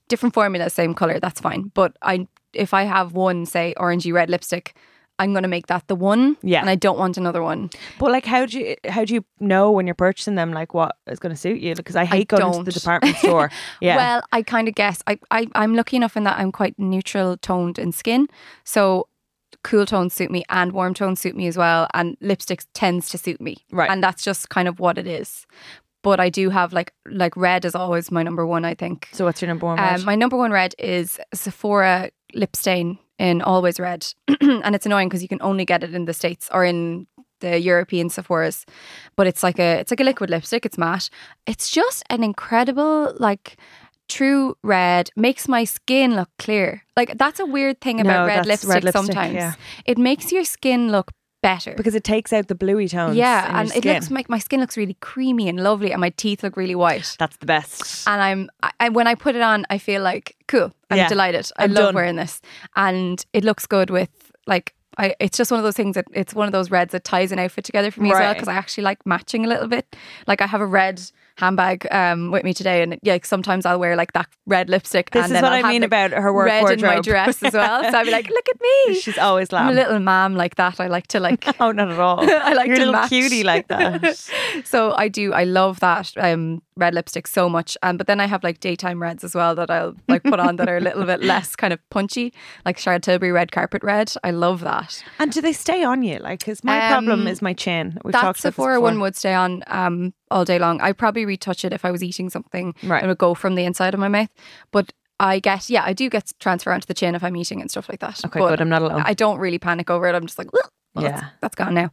Speaker 2: different formulas, same color, that's fine. But I, if I have one, say, orangey red lipstick, I'm going to make that the one.
Speaker 1: Yeah.
Speaker 2: And I don't want another one.
Speaker 1: But like, how do you how do you know when you're purchasing them? Like, what is going to suit you? Because I hate going to
Speaker 2: don't.
Speaker 1: the department store. Yeah,
Speaker 2: Well, I kind of guess. I, I, I'm lucky enough in that I'm quite neutral toned in skin. So cool tones suit me and warm tones suit me as well. And lipsticks tends to suit me.
Speaker 1: Right.
Speaker 2: And that's just kind of what it is. But I do have like, like red is always my number one, I think.
Speaker 1: so what's your number one?
Speaker 2: Um,
Speaker 1: Um,
Speaker 2: my number one red is Sephora lip stain in always red, and it's annoying because you can only get it in the states or in the European Sephora's. But it's like a it's like a liquid lipstick. It's matte. It's just an incredible like true red makes my skin look clear. Like that's a weird thing about
Speaker 1: No,
Speaker 2: red,
Speaker 1: that's
Speaker 2: lipstick
Speaker 1: red lipstick,
Speaker 2: Sometimes
Speaker 1: yeah.
Speaker 2: it makes your skin look better.
Speaker 1: because it takes out the bluey tones. in
Speaker 2: yeah,
Speaker 1: your
Speaker 2: and it
Speaker 1: skin.
Speaker 2: looks like my skin looks really creamy and lovely, and my teeth look really white
Speaker 1: that's the best.
Speaker 2: and I'm I- I, when I put it on, I feel like cool. I'm
Speaker 1: Yeah.
Speaker 2: delighted. I
Speaker 1: I'm
Speaker 2: love
Speaker 1: done.
Speaker 2: wearing this, and it looks good with like. I, it's just one of those things that it's one of those reds that ties an outfit together for me as well
Speaker 1: Right.
Speaker 2: because I actually like matching a little bit. Like I have a red handbag um, with me today, and yeah, like sometimes I'll wear like that red lipstick.
Speaker 1: This is
Speaker 2: and then
Speaker 1: what
Speaker 2: I'll
Speaker 1: I
Speaker 2: have,
Speaker 1: mean
Speaker 2: like,
Speaker 1: about her work
Speaker 2: red in my
Speaker 1: wardrobe.
Speaker 2: dress as well. So I'll be like, look at me.
Speaker 1: She's always
Speaker 2: I'm a
Speaker 1: laughing.
Speaker 2: little mom like that. I like to like
Speaker 1: Oh, not at all.
Speaker 2: I like
Speaker 1: you're
Speaker 2: to
Speaker 1: a little
Speaker 2: match.
Speaker 1: cutie like that.
Speaker 2: So I do. I love that um, red lipstick so much. Um, but then I have like daytime reds as well that I'll like put on that are a little bit less kind of punchy, like Charlotte Tilbury red carpet red. I love that.
Speaker 1: and do they stay on you? Like, because my problem
Speaker 2: Um,
Speaker 1: is my chin. We've
Speaker 2: That
Speaker 1: talked about this
Speaker 2: Sephora
Speaker 1: before.
Speaker 2: oh one would stay on um, all day long. I'd probably retouch it if I was eating something.
Speaker 1: Right.
Speaker 2: It would go from the inside of my mouth. But I get yeah, I do get transfer onto the chin if I'm eating and stuff like that.
Speaker 1: Okay,
Speaker 2: But
Speaker 1: good. I'm not alone.
Speaker 2: I don't really panic over it. I'm just like, "Ugh, well,
Speaker 1: Um, Yeah.
Speaker 2: that's, that's gone now.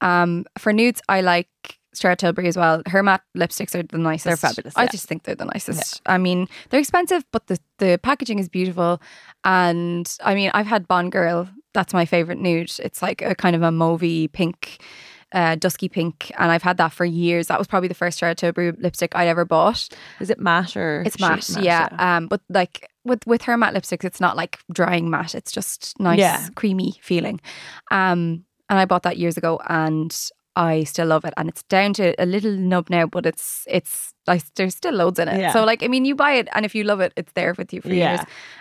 Speaker 2: Um, for nudes, I like Sarah Tilbury as well. Her matte lipsticks are the nicest.
Speaker 1: They're fabulous,
Speaker 2: I
Speaker 1: yeah.
Speaker 2: just think they're the nicest. I mean, they're expensive, but the the packaging is beautiful. And I mean, I've had Bond Girl. That's my favorite nude. It's like a kind of a mauvey pink. Uh, dusky pink, and I've had that for years. That was probably the first Sarah Tilbury lipstick I ever bought.
Speaker 1: is it matte or
Speaker 2: It's
Speaker 1: sheet
Speaker 2: matte, yeah.
Speaker 1: yeah.
Speaker 2: Um, but like with with her matte lipsticks, it's not like drying matte. It's just nice,
Speaker 1: Yeah.
Speaker 2: creamy feeling. Um, and I bought that years ago, and I still love it, and it's down to a little nub now, but it's it's like there's still loads in it.
Speaker 1: Yeah.
Speaker 2: So like I mean, you buy it, and if you love it, it's there with you for
Speaker 1: Yeah.
Speaker 2: years.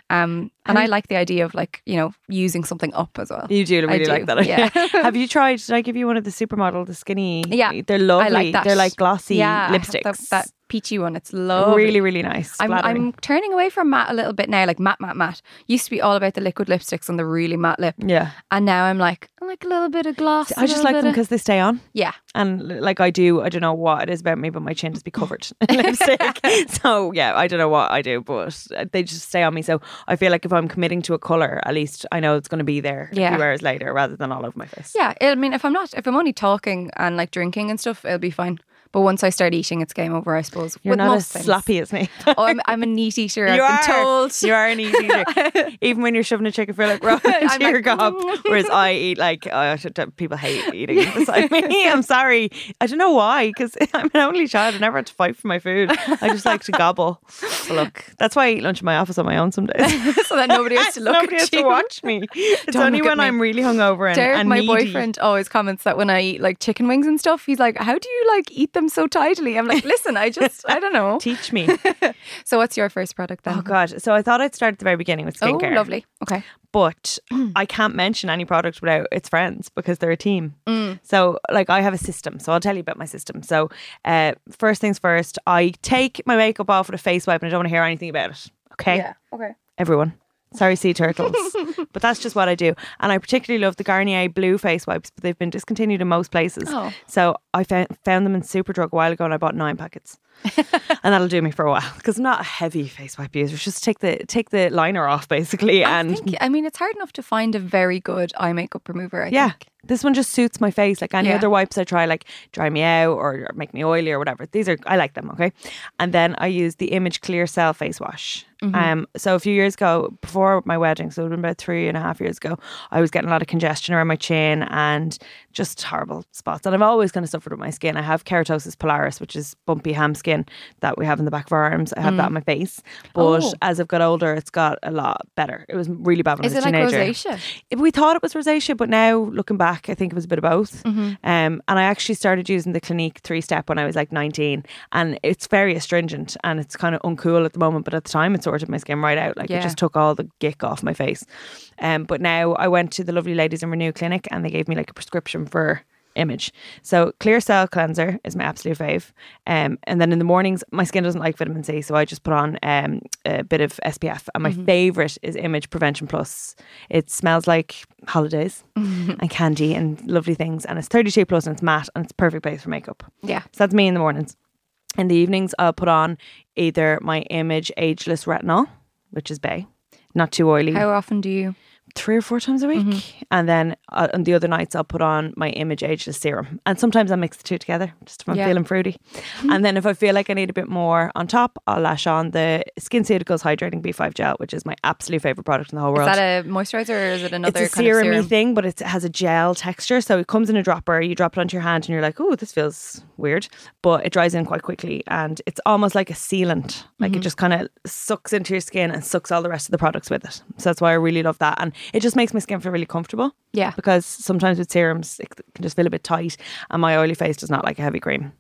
Speaker 2: Um, and I like the idea of like you know using something up as well.
Speaker 1: You do really
Speaker 2: do,
Speaker 1: like that.
Speaker 2: yeah.
Speaker 1: Have you tried? Did I give you one of the supermodel, the skinny?
Speaker 2: Yeah,
Speaker 1: They're lovely.
Speaker 2: I like that.
Speaker 1: They're like glossy
Speaker 2: yeah, I have
Speaker 1: lipsticks.
Speaker 2: That, that peachy one, it's lovely.
Speaker 1: Really, really nice.
Speaker 2: I'm,
Speaker 1: flattering.
Speaker 2: I'm turning away from matte a little bit now, like matte, matte, matte. Used to be all about the liquid lipsticks and the really matte lip,
Speaker 1: yeah.
Speaker 2: and now I'm like, I like a little bit of gloss.
Speaker 1: I
Speaker 2: a
Speaker 1: just
Speaker 2: little
Speaker 1: like
Speaker 2: bit
Speaker 1: them
Speaker 2: of-
Speaker 1: because they stay on.
Speaker 2: yeah,
Speaker 1: And l- like I do, I don't know what it is about me, but my chin just be covered in lipstick. So yeah, I don't know what I do, but uh, they just stay on me. So I feel like if I'm committing to a color, at least I know it's going to be there a
Speaker 2: Yeah.
Speaker 1: few hours later, rather than all over my face.
Speaker 2: yeah. I mean, if I'm not, if I'm only talking and like drinking and stuff, it'll be fine. But once I start eating, it's game over, I suppose.
Speaker 1: You're
Speaker 2: with
Speaker 1: not as
Speaker 2: most things.
Speaker 1: sloppy as me.
Speaker 2: Oh, I'm, I'm a neat eater. I've
Speaker 1: you
Speaker 2: been
Speaker 1: are.
Speaker 2: told.
Speaker 1: You are an easy eater. Even when you're shoving a chicken fillet right into
Speaker 2: I'm
Speaker 1: your
Speaker 2: like,
Speaker 1: gob. Whereas I eat like, oh, sh- d- people hate eating beside me. I'm sorry. I don't know why, because I'm an only child. I never had to fight for my food. I just like to gobble. But look, that's why I eat lunch in my office on my own some days.
Speaker 2: so that nobody has to look
Speaker 1: Nobody
Speaker 2: at
Speaker 1: has
Speaker 2: you.
Speaker 1: to watch me. It's
Speaker 2: Don't
Speaker 1: only
Speaker 2: look
Speaker 1: when
Speaker 2: at me.
Speaker 1: I'm really hungover and,
Speaker 2: Derek,
Speaker 1: and
Speaker 2: my
Speaker 1: needy.
Speaker 2: boyfriend, always comments that when I eat like chicken wings and stuff, he's like, "How do you like eat them so tidily?" I'm like, "Listen, I just, I don't know."
Speaker 1: Teach me.
Speaker 2: So, what's your first product then?
Speaker 1: Oh, God. So I thought I'd start at the very beginning with
Speaker 2: Oh,
Speaker 1: skincare.
Speaker 2: lovely. Okay.
Speaker 1: but I can't mention any product without its friends because they're a team. So, like, I have a system. So, I'll tell you about my system. So, uh, first things first, I take my makeup off with a face wipe and I don't want to hear anything about it. Okay.
Speaker 2: Okay.
Speaker 1: Everyone. Sorry, sea turtles. but that's just what I do. And I particularly love the Garnier blue face wipes, but they've been discontinued in most places.
Speaker 2: Oh.
Speaker 1: So, I found, found them in Superdrug a while ago and I bought nine packets. and that'll do me for a while because I'm not a heavy face wipe user. It's Just take the take the liner off basically
Speaker 2: I
Speaker 1: and
Speaker 2: think- I mean, it's hard enough to find a very good eye makeup remover. I
Speaker 1: yeah.
Speaker 2: think.
Speaker 1: This one just suits my face. Like any
Speaker 2: Yeah.
Speaker 1: other wipes I try, like dry me out or, or make me oily or whatever. These are I like them, okay? And then I use the Image Clear Cell face wash.
Speaker 2: Mm-hmm.
Speaker 1: Um so a few years ago, before my wedding, so it would have been about three and a half years ago, I was getting a lot of congestion around my chin and just horrible spots. And I've always kind of suffered with my skin. I have keratosis pilaris, which is bumpy ham skin that we have in the back of our arms. I have that on my face. But
Speaker 2: Mm. Oh.
Speaker 1: as I've got older, it's got a lot better. It was really bad when
Speaker 2: Is
Speaker 1: I
Speaker 2: it
Speaker 1: was
Speaker 2: like
Speaker 1: a teenager
Speaker 2: rosacea?
Speaker 1: if we thought it was rosacea, but now looking back, I think it was a bit of both. Um, and I actually started using the Clinique three step when I was like 19, and it's very astringent and it's kind of uncool at the moment, but at the time it sorted my skin right out. Like
Speaker 2: Yeah.
Speaker 1: it just took all the gick off my face. Um, but now I went to the lovely ladies in Renew Clinic and they gave me like a prescription for image. So clear cell cleanser is my absolute fave. Um, and then in the mornings, my skin doesn't like vitamin C, so I just put on um, a bit of SPF. And my favorite is Image Prevention Plus. It smells like holidays and candy and lovely things. And it's 32 plus and it's matte and it's a perfect place for makeup.
Speaker 2: Yeah.
Speaker 1: So that's me in the mornings. In the evenings, I'll put on either my Image Ageless Retinol, which is Bay, not too oily
Speaker 2: How often do you?
Speaker 1: three or four times a week.
Speaker 2: Mm-hmm.
Speaker 1: And then uh, on the other nights, I'll put on my Image Ageless Serum. And sometimes I mix the two together just if I'm
Speaker 2: Yeah. Mm-hmm.
Speaker 1: feeling fruity. and then if I feel like I need a bit more on top, I'll lash on the SkinCeuticals Hydrating B5 Gel, which is my absolute favorite product in the whole world.
Speaker 2: Is that a moisturizer or is it another
Speaker 1: it's a
Speaker 2: kind of
Speaker 1: serum-y
Speaker 2: serum?
Speaker 1: thing, but it's, it has a gel texture. So it comes in a dropper. You drop it onto your hand, and you're like, "Oh, this feels weird," but it dries in quite quickly, and it's almost like a sealant. Like
Speaker 2: Mm-hmm.
Speaker 1: it just kind of sucks into your skin and sucks all the rest of the products with it. So that's why I really love that, and it just makes my skin feel really comfortable.
Speaker 2: Yeah.
Speaker 1: because sometimes with serums it can just feel a bit tight, and my oily face does not like a heavy cream.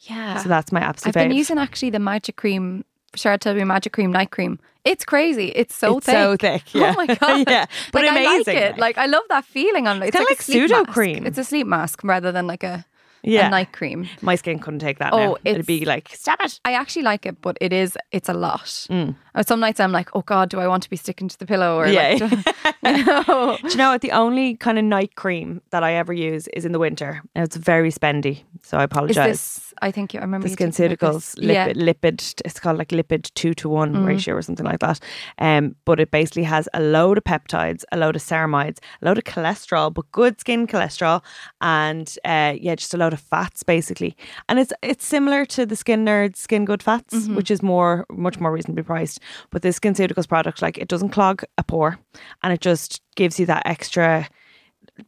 Speaker 2: Yeah.
Speaker 1: So that's my absolute
Speaker 2: Ah. I've been
Speaker 1: fave.
Speaker 2: using actually the magic cream. Sarah told me magic cream night cream. It's crazy. It's so
Speaker 1: It's
Speaker 2: thick.
Speaker 1: so thick, yeah.
Speaker 2: Oh my god.
Speaker 1: Yeah, but
Speaker 2: like,
Speaker 1: amazing,
Speaker 2: I like
Speaker 1: like.
Speaker 2: it. Like I love that feeling. on it's,
Speaker 1: kinda
Speaker 2: like,
Speaker 1: like
Speaker 2: a sleep
Speaker 1: pseudo
Speaker 2: mask.
Speaker 1: cream.
Speaker 2: It's a sleep mask rather than like a,
Speaker 1: yeah,
Speaker 2: a night cream.
Speaker 1: my skin couldn't take that.
Speaker 2: Oh,
Speaker 1: now. it'd
Speaker 2: it's-
Speaker 1: be like stop it. Mm.
Speaker 2: I actually like it, but it is it's a lot. And Some nights I'm like, oh god, do I want to be sticking to the pillow or
Speaker 1: Yeah.
Speaker 2: like, you know?
Speaker 1: Do you know what? The only kind of night cream that I ever use is in the winter. Now it's very spendy, so I
Speaker 2: Is
Speaker 1: apologize.
Speaker 2: this? I think you, I remember
Speaker 1: The
Speaker 2: you talking about
Speaker 1: SkinCeuticals lipid,
Speaker 2: this.
Speaker 1: lipid, it's called like lipid two to one ratio or something like that. Um, but it basically has a load of peptides, a load of ceramides, a load of cholesterol, but good skin cholesterol, and uh, yeah, just a load of fats basically. And it's it's similar to the Skin Nerd Skin Good Fats, which is more much more reasonably priced. But this SkinCeuticals product, like, it doesn't clog a pore, and it just gives you that extra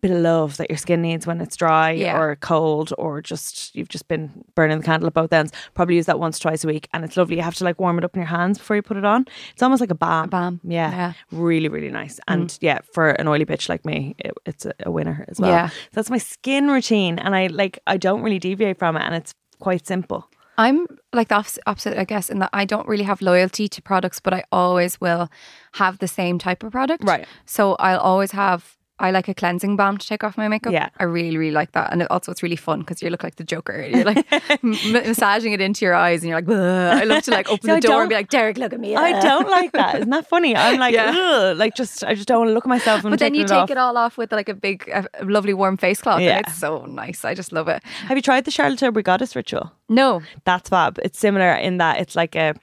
Speaker 1: bit of love that your skin needs when it's dry
Speaker 2: Yeah.
Speaker 1: or cold or just you've just been burning the candle at both ends. Probably use that once twice a week, and it's lovely. You have to like warm it up in your hands before you put it on. It's almost like a balm.
Speaker 2: balm,
Speaker 1: Yeah.
Speaker 2: yeah. Mm-hmm.
Speaker 1: Really, really nice. And yeah, for an oily bitch like me, it, it's a, a winner as well.
Speaker 2: Yeah.
Speaker 1: So that's my skin routine, and I like I don't really deviate from it, and it's quite simple.
Speaker 2: I'm like the opposite, opposite, I guess, in that I don't really have loyalty to products, but I always will have the same type of product.
Speaker 1: Right.
Speaker 2: So I'll always have. I like a cleansing balm to take off my makeup.
Speaker 1: Yeah.
Speaker 2: I really, really like that, and it also it's really fun because you look like the Joker. You're like m- massaging it into your eyes, and you're like, "Ugh." I love to like open
Speaker 1: No, I
Speaker 2: the door
Speaker 1: don't-
Speaker 2: and be like, "Derek, look at me."
Speaker 1: I
Speaker 2: ugh."
Speaker 1: don't like that. Isn't that funny? I'm like,
Speaker 2: Yeah.
Speaker 1: Ugh, like just I just don't want to look at myself.
Speaker 2: But then you take
Speaker 1: off.
Speaker 2: it all off with like a big, a a lovely warm face cloth.
Speaker 1: Yeah.
Speaker 2: And it's so nice. I just love it.
Speaker 1: Have you tried the Charlotte Tilbury Goddess ritual?
Speaker 2: No,
Speaker 1: That's fab. It's similar in that it's like a,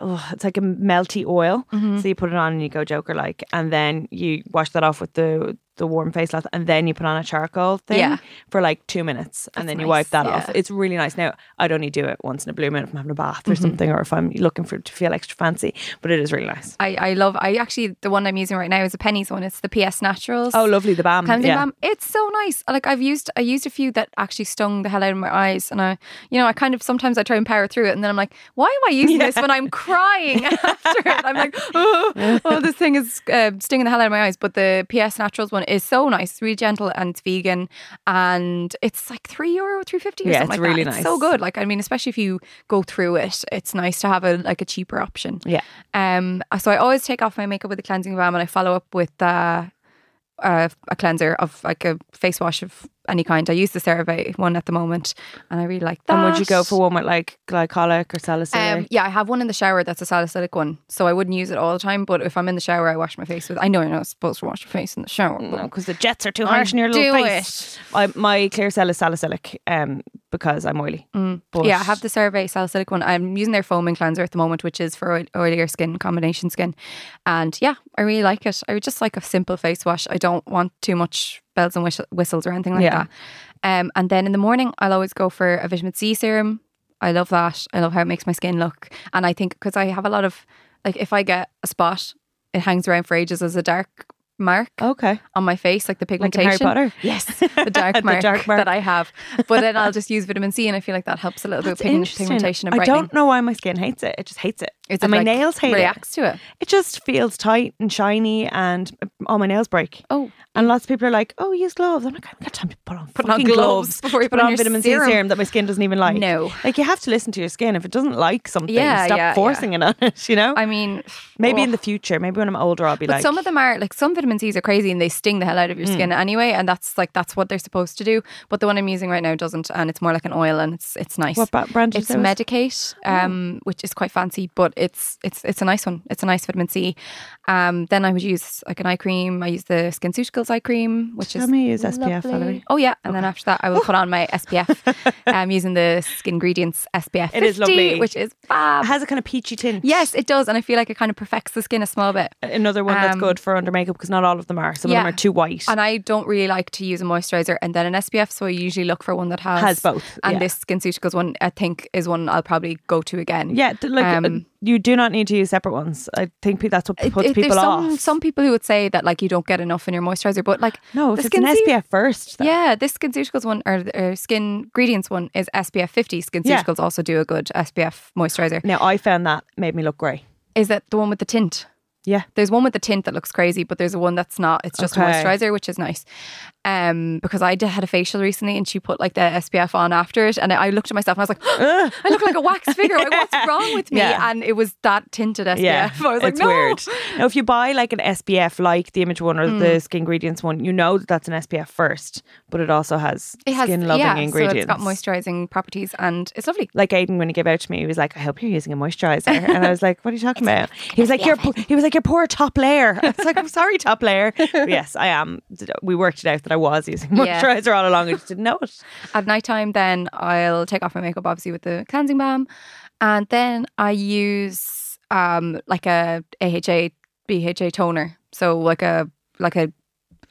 Speaker 1: oh, it's like a melty oil.
Speaker 2: Mm-hmm.
Speaker 1: So you put it on and you go Joker like, and then you wash that off with the the warm face cloth, and then you put on a charcoal thing
Speaker 2: Yeah.
Speaker 1: for like two minutes, and then you
Speaker 2: nice,
Speaker 1: wipe that off.
Speaker 2: yeah.
Speaker 1: It's really nice. Now I'd only do it once in a blue moon if I'm having a bath
Speaker 2: Mm-hmm.
Speaker 1: or something, or if I'm looking for to feel extra fancy. But it is really nice.
Speaker 2: I, I love. I actually the one I'm using right now is a pennies one. It's the PS Naturals.
Speaker 1: Oh, lovely the balm.
Speaker 2: Cleansing
Speaker 1: yeah.
Speaker 2: balm. Um, It's so nice. Like I've used, I used a few that actually stung the hell out of my eyes, and I, you know, I kind of sometimes I try and power through it, and then I'm like, why am I using this when I'm crying after it? I'm like, oh, oh this thing is uh, stinging the hell out of my eyes. But the PS Naturals one is so nice, it's really gentle and it's vegan, and it's like three euro, three fifty.
Speaker 1: Yeah,
Speaker 2: something
Speaker 1: it's
Speaker 2: like
Speaker 1: really
Speaker 2: that.
Speaker 1: nice.
Speaker 2: It's so good. Like I mean, especially if you go through it, it's nice to have a like a cheaper option.
Speaker 1: Yeah.
Speaker 2: Um, so I always take off my makeup with a cleansing balm, and I follow up with uh, uh, a cleanser of like a face wash of any kind. I use the CeraVe one at the moment, and I really like that.
Speaker 1: And would you go for one with like glycolic or salicylic?
Speaker 2: Um, yeah, I have one in the shower that's a salicylic one, so I wouldn't use it all the time. But if I'm in the shower, I wash my face with. I know you're not supposed to wash your face in the shower. but-
Speaker 1: because the jets are too harsh in your little
Speaker 2: do
Speaker 1: face. I, my clear cell is salicylic um, because I'm oily. But
Speaker 2: Mm. yeah, I have the CeraVe salicylic one. I'm using their foaming cleanser at the moment, which is for oil- oilier skin, combination skin. And yeah, I really like it. I would just like a simple face wash. I don't want too much bells and whish- whistles or anything like
Speaker 1: Yeah.
Speaker 2: that. Um, and then in the morning, I'll always go for a vitamin C serum. I love that. I love how it makes my skin look. And I think because I have a lot of, like, if I get a spot, it hangs around for ages as a dark mark
Speaker 1: Okay.
Speaker 2: on my face, like the
Speaker 1: Like in Harry
Speaker 2: pigmentation.
Speaker 1: Potter.
Speaker 2: Yes, the dark,
Speaker 1: The
Speaker 2: mark
Speaker 1: dark mark.
Speaker 2: that I have. But then I'll just use vitamin C, and I feel like that helps a little bit with pigment- pigmentation and
Speaker 1: I
Speaker 2: brightening.
Speaker 1: don't know why my skin hates it. It just hates it.
Speaker 2: Is
Speaker 1: and
Speaker 2: it,
Speaker 1: my
Speaker 2: like,
Speaker 1: nails hate it.
Speaker 2: reacts to it.
Speaker 1: It just feels tight and shiny, and uh, all my nails break.
Speaker 2: Oh,
Speaker 1: And lots of people are like, "Oh, use gloves." I'm like, "I haven't got time to put on
Speaker 2: Put on
Speaker 1: fucking
Speaker 2: gloves before you
Speaker 1: to
Speaker 2: put on your
Speaker 1: vitamin
Speaker 2: serum."
Speaker 1: C serum that my skin doesn't even like."
Speaker 2: No.
Speaker 1: like you have to listen to your skin. If it doesn't like something,
Speaker 2: Yeah,
Speaker 1: stop
Speaker 2: yeah, yeah.
Speaker 1: forcing it on it. You know,
Speaker 2: I mean,
Speaker 1: maybe
Speaker 2: oh.
Speaker 1: in the future, maybe when I'm older, I'll be
Speaker 2: But
Speaker 1: like, Hmm.
Speaker 2: some of them are like some vitamin C's are crazy and they sting the hell out of your skin anyway, and that's like that's what they're supposed to do. But the one I'm using right now doesn't, and it's more like an oil, and it's it's nice.
Speaker 1: What bra- brand is Oh.
Speaker 2: It's
Speaker 1: those?
Speaker 2: Medicate, um, which is quite fancy, but it's it's it's a nice one. It's a nice vitamin C. Um, then I would use like an eye cream. I use the SkinCeuticals eye cream, which
Speaker 1: Tell
Speaker 2: is
Speaker 1: me you use SPF,
Speaker 2: lovely.
Speaker 1: Valerie.
Speaker 2: Oh yeah, and then after that, I will put on my SPF. I'm using the Skin Ingredients SPF. 50,
Speaker 1: It is lovely.
Speaker 2: which is fab.
Speaker 1: It has a kind of peachy tint.
Speaker 2: Yes, it does, and I feel like it kind of perfects the skin a small bit.
Speaker 1: Another one that's
Speaker 2: Um,
Speaker 1: good for under makeup because not all of them are. Some of
Speaker 2: yeah.
Speaker 1: them are too white.
Speaker 2: And I don't really like to use a moisturizer and then an SPF, so I usually look for one that has
Speaker 1: Has both,
Speaker 2: And
Speaker 1: yeah.
Speaker 2: this SkinCeuticals one, I think, is one I'll probably go to again.
Speaker 1: yeah, th- like uh,
Speaker 2: um,
Speaker 1: you do not need to use separate ones. I think pe- that's what
Speaker 2: It-
Speaker 1: puts
Speaker 2: it-
Speaker 1: people
Speaker 2: there's some
Speaker 1: off.
Speaker 2: some people who would say that like you don't get enough in your moisturizer, but like
Speaker 1: no, if
Speaker 2: the
Speaker 1: it's an
Speaker 2: SkinCeu-
Speaker 1: SPF first, then
Speaker 2: Yeah, this SkinCeuticals one or, or Skin Ingredients one is SPF 50. SkinCeuticals also do a good SPF moisturizer.
Speaker 1: Now I found that made me look grey.
Speaker 2: Is that the one with the tint?
Speaker 1: Yeah.
Speaker 2: There's one with the tint that looks crazy, but there's one that's not. It's just a
Speaker 1: Okay.
Speaker 2: moisturizer, which is nice. Um, because I did, had a facial recently, and she put like the SPF on after it, and I looked at myself and I was like, I look like a wax figure. Like, what's wrong with me?
Speaker 1: Yeah.
Speaker 2: And it was that tinted SPF.
Speaker 1: Yeah,
Speaker 2: I was like,
Speaker 1: it's
Speaker 2: no. Mm.
Speaker 1: weird. Now, if you buy like an SPF, like the Image one or the Skin Ingredients one, you know that that's an SPF first, but it also has,
Speaker 2: It has
Speaker 1: skin loving
Speaker 2: yeah,
Speaker 1: ingredients.
Speaker 2: So it's got moisturizing properties, and it's lovely.
Speaker 1: like Aiden when he gave out to me, he was like, "I hope you're using a moisturizer," and I was like, "What are you talking about?" He was like, "Your po- he was like your poor top layer." I was like, "I'm sorry, top layer." But yes, I am. We worked it out that I was using
Speaker 2: Yeah.
Speaker 1: moisturizer all along. I just didn't know it.
Speaker 2: At nighttime, then I'll take off my makeup, obviously, with the cleansing balm, and then I use um like a AHA BHA toner, so like a like a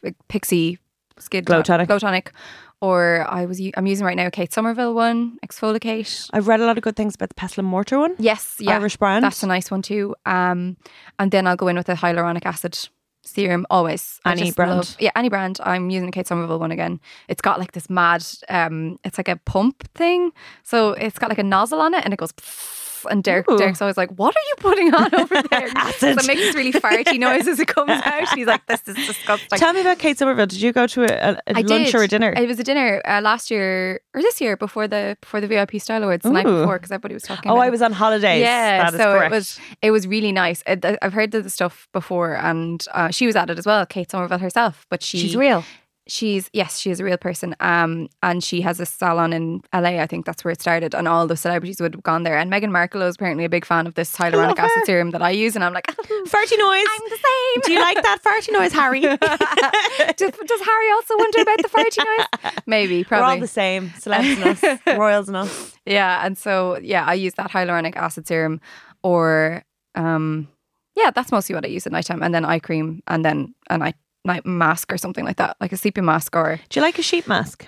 Speaker 2: like pixie skid
Speaker 1: Glow tonic.
Speaker 2: glow tonic, or I was u- I'm using right now a Kate Somerville one, exfoliate.
Speaker 1: I've read a lot of good things about the pestle and mortar one,
Speaker 2: Yes, yeah,
Speaker 1: Irish brand.
Speaker 2: that's a nice one too. Um, and then I'll go in with a hyaluronic acid serum always. I
Speaker 1: Any
Speaker 2: just
Speaker 1: brand?
Speaker 2: love- yeah, any brand. I'm using the Kate Somerville one again. It's got like this mad, um, it's like a pump thing. So it's got like a nozzle on it and it goes. pfft, And Derek,
Speaker 1: Ooh.
Speaker 2: Derek's always like, "What are you putting on over there?"
Speaker 1: Acid.
Speaker 2: So it makes this really farty noise as it comes out. He's like, "This is disgusting."
Speaker 1: Tell me about Kate Somerville. Did you go to a, a- a
Speaker 2: I
Speaker 1: lunch
Speaker 2: did.
Speaker 1: or a dinner?
Speaker 2: It was a dinner uh, last year or this year before the before the VIP Style Awards the night
Speaker 1: Ooh.
Speaker 2: before because everybody was talking.
Speaker 1: oh,
Speaker 2: about
Speaker 1: I
Speaker 2: it.
Speaker 1: was on holidays.
Speaker 2: Yeah,
Speaker 1: That is
Speaker 2: so
Speaker 1: correct.
Speaker 2: it was it was really nice. It, I- I've heard the stuff before, and uh, she was at it as well, Kate Somerville herself. But she
Speaker 1: She's real.
Speaker 2: She's yes, she is a real person. Um, and she has a salon in LA. I think that's where it started, and all the celebrities would have gone there. And Meghan Markle is apparently a big fan of this hyaluronic
Speaker 1: love her.
Speaker 2: acid serum that I use, and I'm like, I'm
Speaker 1: Farty noise.
Speaker 2: the same.
Speaker 1: Do you like that farty noise, Harry?
Speaker 2: does, does Harry also wonder about the farty noise? Maybe,
Speaker 1: We're all
Speaker 2: probably.
Speaker 1: the same. Celebs and us, royals and us.
Speaker 2: Yeah, and so yeah, I use that hyaluronic acid serum, or um, yeah, that's mostly what I use at nighttime, and then eye cream, and then a night night mask or something like that, like a sleeping mask. Or
Speaker 1: Do you like a sheet mask?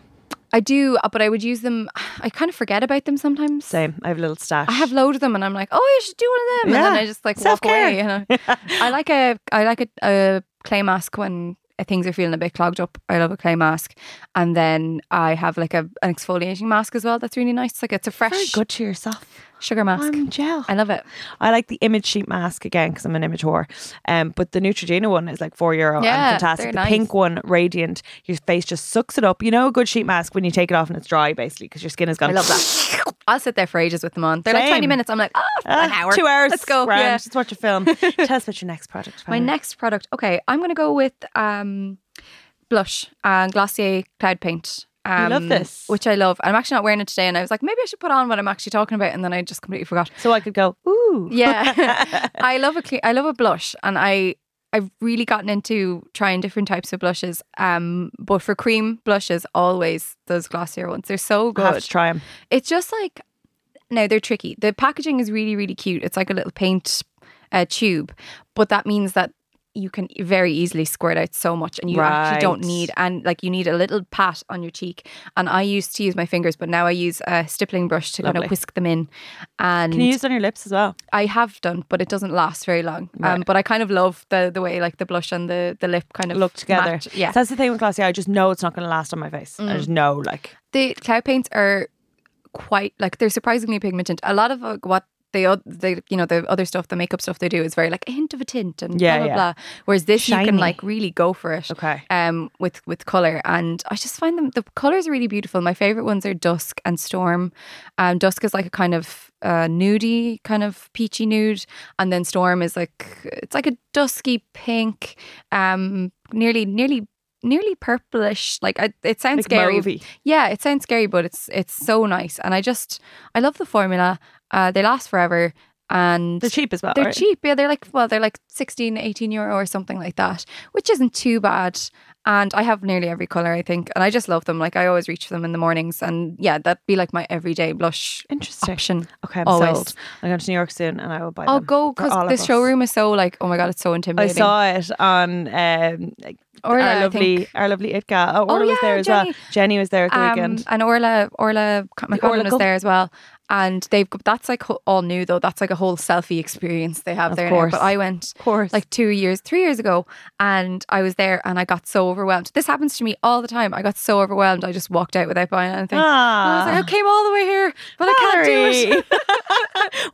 Speaker 2: I do, uh, but I would use them. I kind of forget about them sometimes.
Speaker 1: Same. I have a little stash.
Speaker 2: I have loads of them, and I'm like, oh, I should do one of them, and
Speaker 1: Yeah.
Speaker 2: then I just like
Speaker 1: Self-care.
Speaker 2: walk away. You know, I like a I like a, a clay mask when uh, things are feeling a bit clogged up. I love a clay mask, and then I have like a an exfoliating mask as well. That's really nice. Like it's a
Speaker 1: Very
Speaker 2: fresh
Speaker 1: good to yourself.
Speaker 2: sugar mask.
Speaker 1: I'm gel.
Speaker 2: I love it.
Speaker 1: I like the image sheet mask again because I'm an image whore. Um, but the Neutrogena one is like four euro
Speaker 2: Yeah,
Speaker 1: and fantastic.
Speaker 2: they're
Speaker 1: The
Speaker 2: nice.
Speaker 1: pink one, radiant. Your face just sucks it up. You know, a good sheet mask when you take it off and it's dry basically because your skin is gone.
Speaker 2: I love that. I'll sit there for ages with them on. They're like
Speaker 1: Same.
Speaker 2: 20 minutes. I'm like, oh, an hour.
Speaker 1: Ah, Two hours.
Speaker 2: Let's go.
Speaker 1: Grand.
Speaker 2: Yeah.
Speaker 1: Just watch a film. Tell us about your next product.
Speaker 2: My
Speaker 1: Valerie.
Speaker 2: next product. Okay, I'm going to go with um, blush and Glossier Cloud Paint. Um,
Speaker 1: love this.
Speaker 2: Which I love. I'm actually not wearing it today. And I was like, maybe I should put on what I'm actually talking about. And then I just completely forgot.
Speaker 1: So I could go, ooh.
Speaker 2: Yeah, I love a cle- I love a blush, and I I've really gotten into trying different types of blushes. Um, but for cream blushes, always those glossier ones. They're so good.
Speaker 1: Have to try them.
Speaker 2: It's just like no, they're tricky. The packaging is really, really cute. It's like a little paint uh, tube, but that means that you can e-, very easily squirt out so much, and you actually don't
Speaker 1: Right.
Speaker 2: need and like you need a little pat on your cheek. And I used to use my fingers, but now I use a stippling brush to kind
Speaker 1: Lovely.
Speaker 2: of whisk them in. And
Speaker 1: Can you use it on your lips as well?
Speaker 2: I have done, but it doesn't last very long. Um, but I kind of love the the way like the blush and the the lip kind of
Speaker 1: Look together.
Speaker 2: match. Yeah, Mm.
Speaker 1: So that's the thing with glossy. I just know it's not going to last on my face. I just know, like,
Speaker 2: the cloud paints are quite like they're surprisingly pigmented. A lot of uh, what they oth- the you know the other stuff, the makeup stuff they do is very like a hint of a tint and
Speaker 1: Yeah,
Speaker 2: blah blah
Speaker 1: yeah.
Speaker 2: blah. Whereas this you can
Speaker 1: Shiny.
Speaker 2: like really go for it.
Speaker 1: Okay.
Speaker 2: Um, with with color, and I just find them the colors are really beautiful. My favorite ones are dusk and storm. Um, dusk is like a kind of uh, nudie, kind of peachy nude, and then storm is like it's like a dusky pink, um, nearly nearly nearly purplish. Like I, it sounds
Speaker 1: like
Speaker 2: scary,
Speaker 1: mauvey.
Speaker 2: yeah, it sounds scary, but it's it's so nice, and I just I love the formula. Uh, they last forever, and
Speaker 1: They're cheap as well.
Speaker 2: they're
Speaker 1: right?
Speaker 2: cheap. Yeah, they're like well, they're like 16, 18 euro or something like that, which isn't too bad. And I have nearly every color, I think, and I just love them. Like I always reach for them in the mornings, and yeah, that'd be like my everyday blush
Speaker 1: Interesting.
Speaker 2: option.
Speaker 1: Okay, I'm
Speaker 2: Always.
Speaker 1: sold. I'm going to New York soon, and I will buy
Speaker 2: I'll
Speaker 1: them.
Speaker 2: go
Speaker 1: for all
Speaker 2: because
Speaker 1: of
Speaker 2: this
Speaker 1: us.
Speaker 2: showroom is so like oh my god, it's so
Speaker 1: I
Speaker 2: intimidating.
Speaker 1: saw it on um,
Speaker 2: Orla,
Speaker 1: our
Speaker 2: I
Speaker 1: lovely,
Speaker 2: think.
Speaker 1: our lovely Itka. Oh, Orla was
Speaker 2: yeah,
Speaker 1: there as well.
Speaker 2: Jenny.
Speaker 1: Jenny was there at the
Speaker 2: Um,
Speaker 1: weekend.
Speaker 2: and Orla, Orla, my
Speaker 1: The Orla
Speaker 2: cousin was
Speaker 1: Gov-
Speaker 2: there as well. And they've got- that's like ho- all new though. That's like a whole selfie experience they have
Speaker 1: Of
Speaker 2: there.
Speaker 1: course.
Speaker 2: Now. But I went
Speaker 1: Of course,
Speaker 2: like two years, three years ago, and I was there and I got so overwhelmed. This happens to me all the time. I got so overwhelmed, I just walked out without buying anything. And I was
Speaker 1: Ah.
Speaker 2: like, I came all the way here, but I can't do it.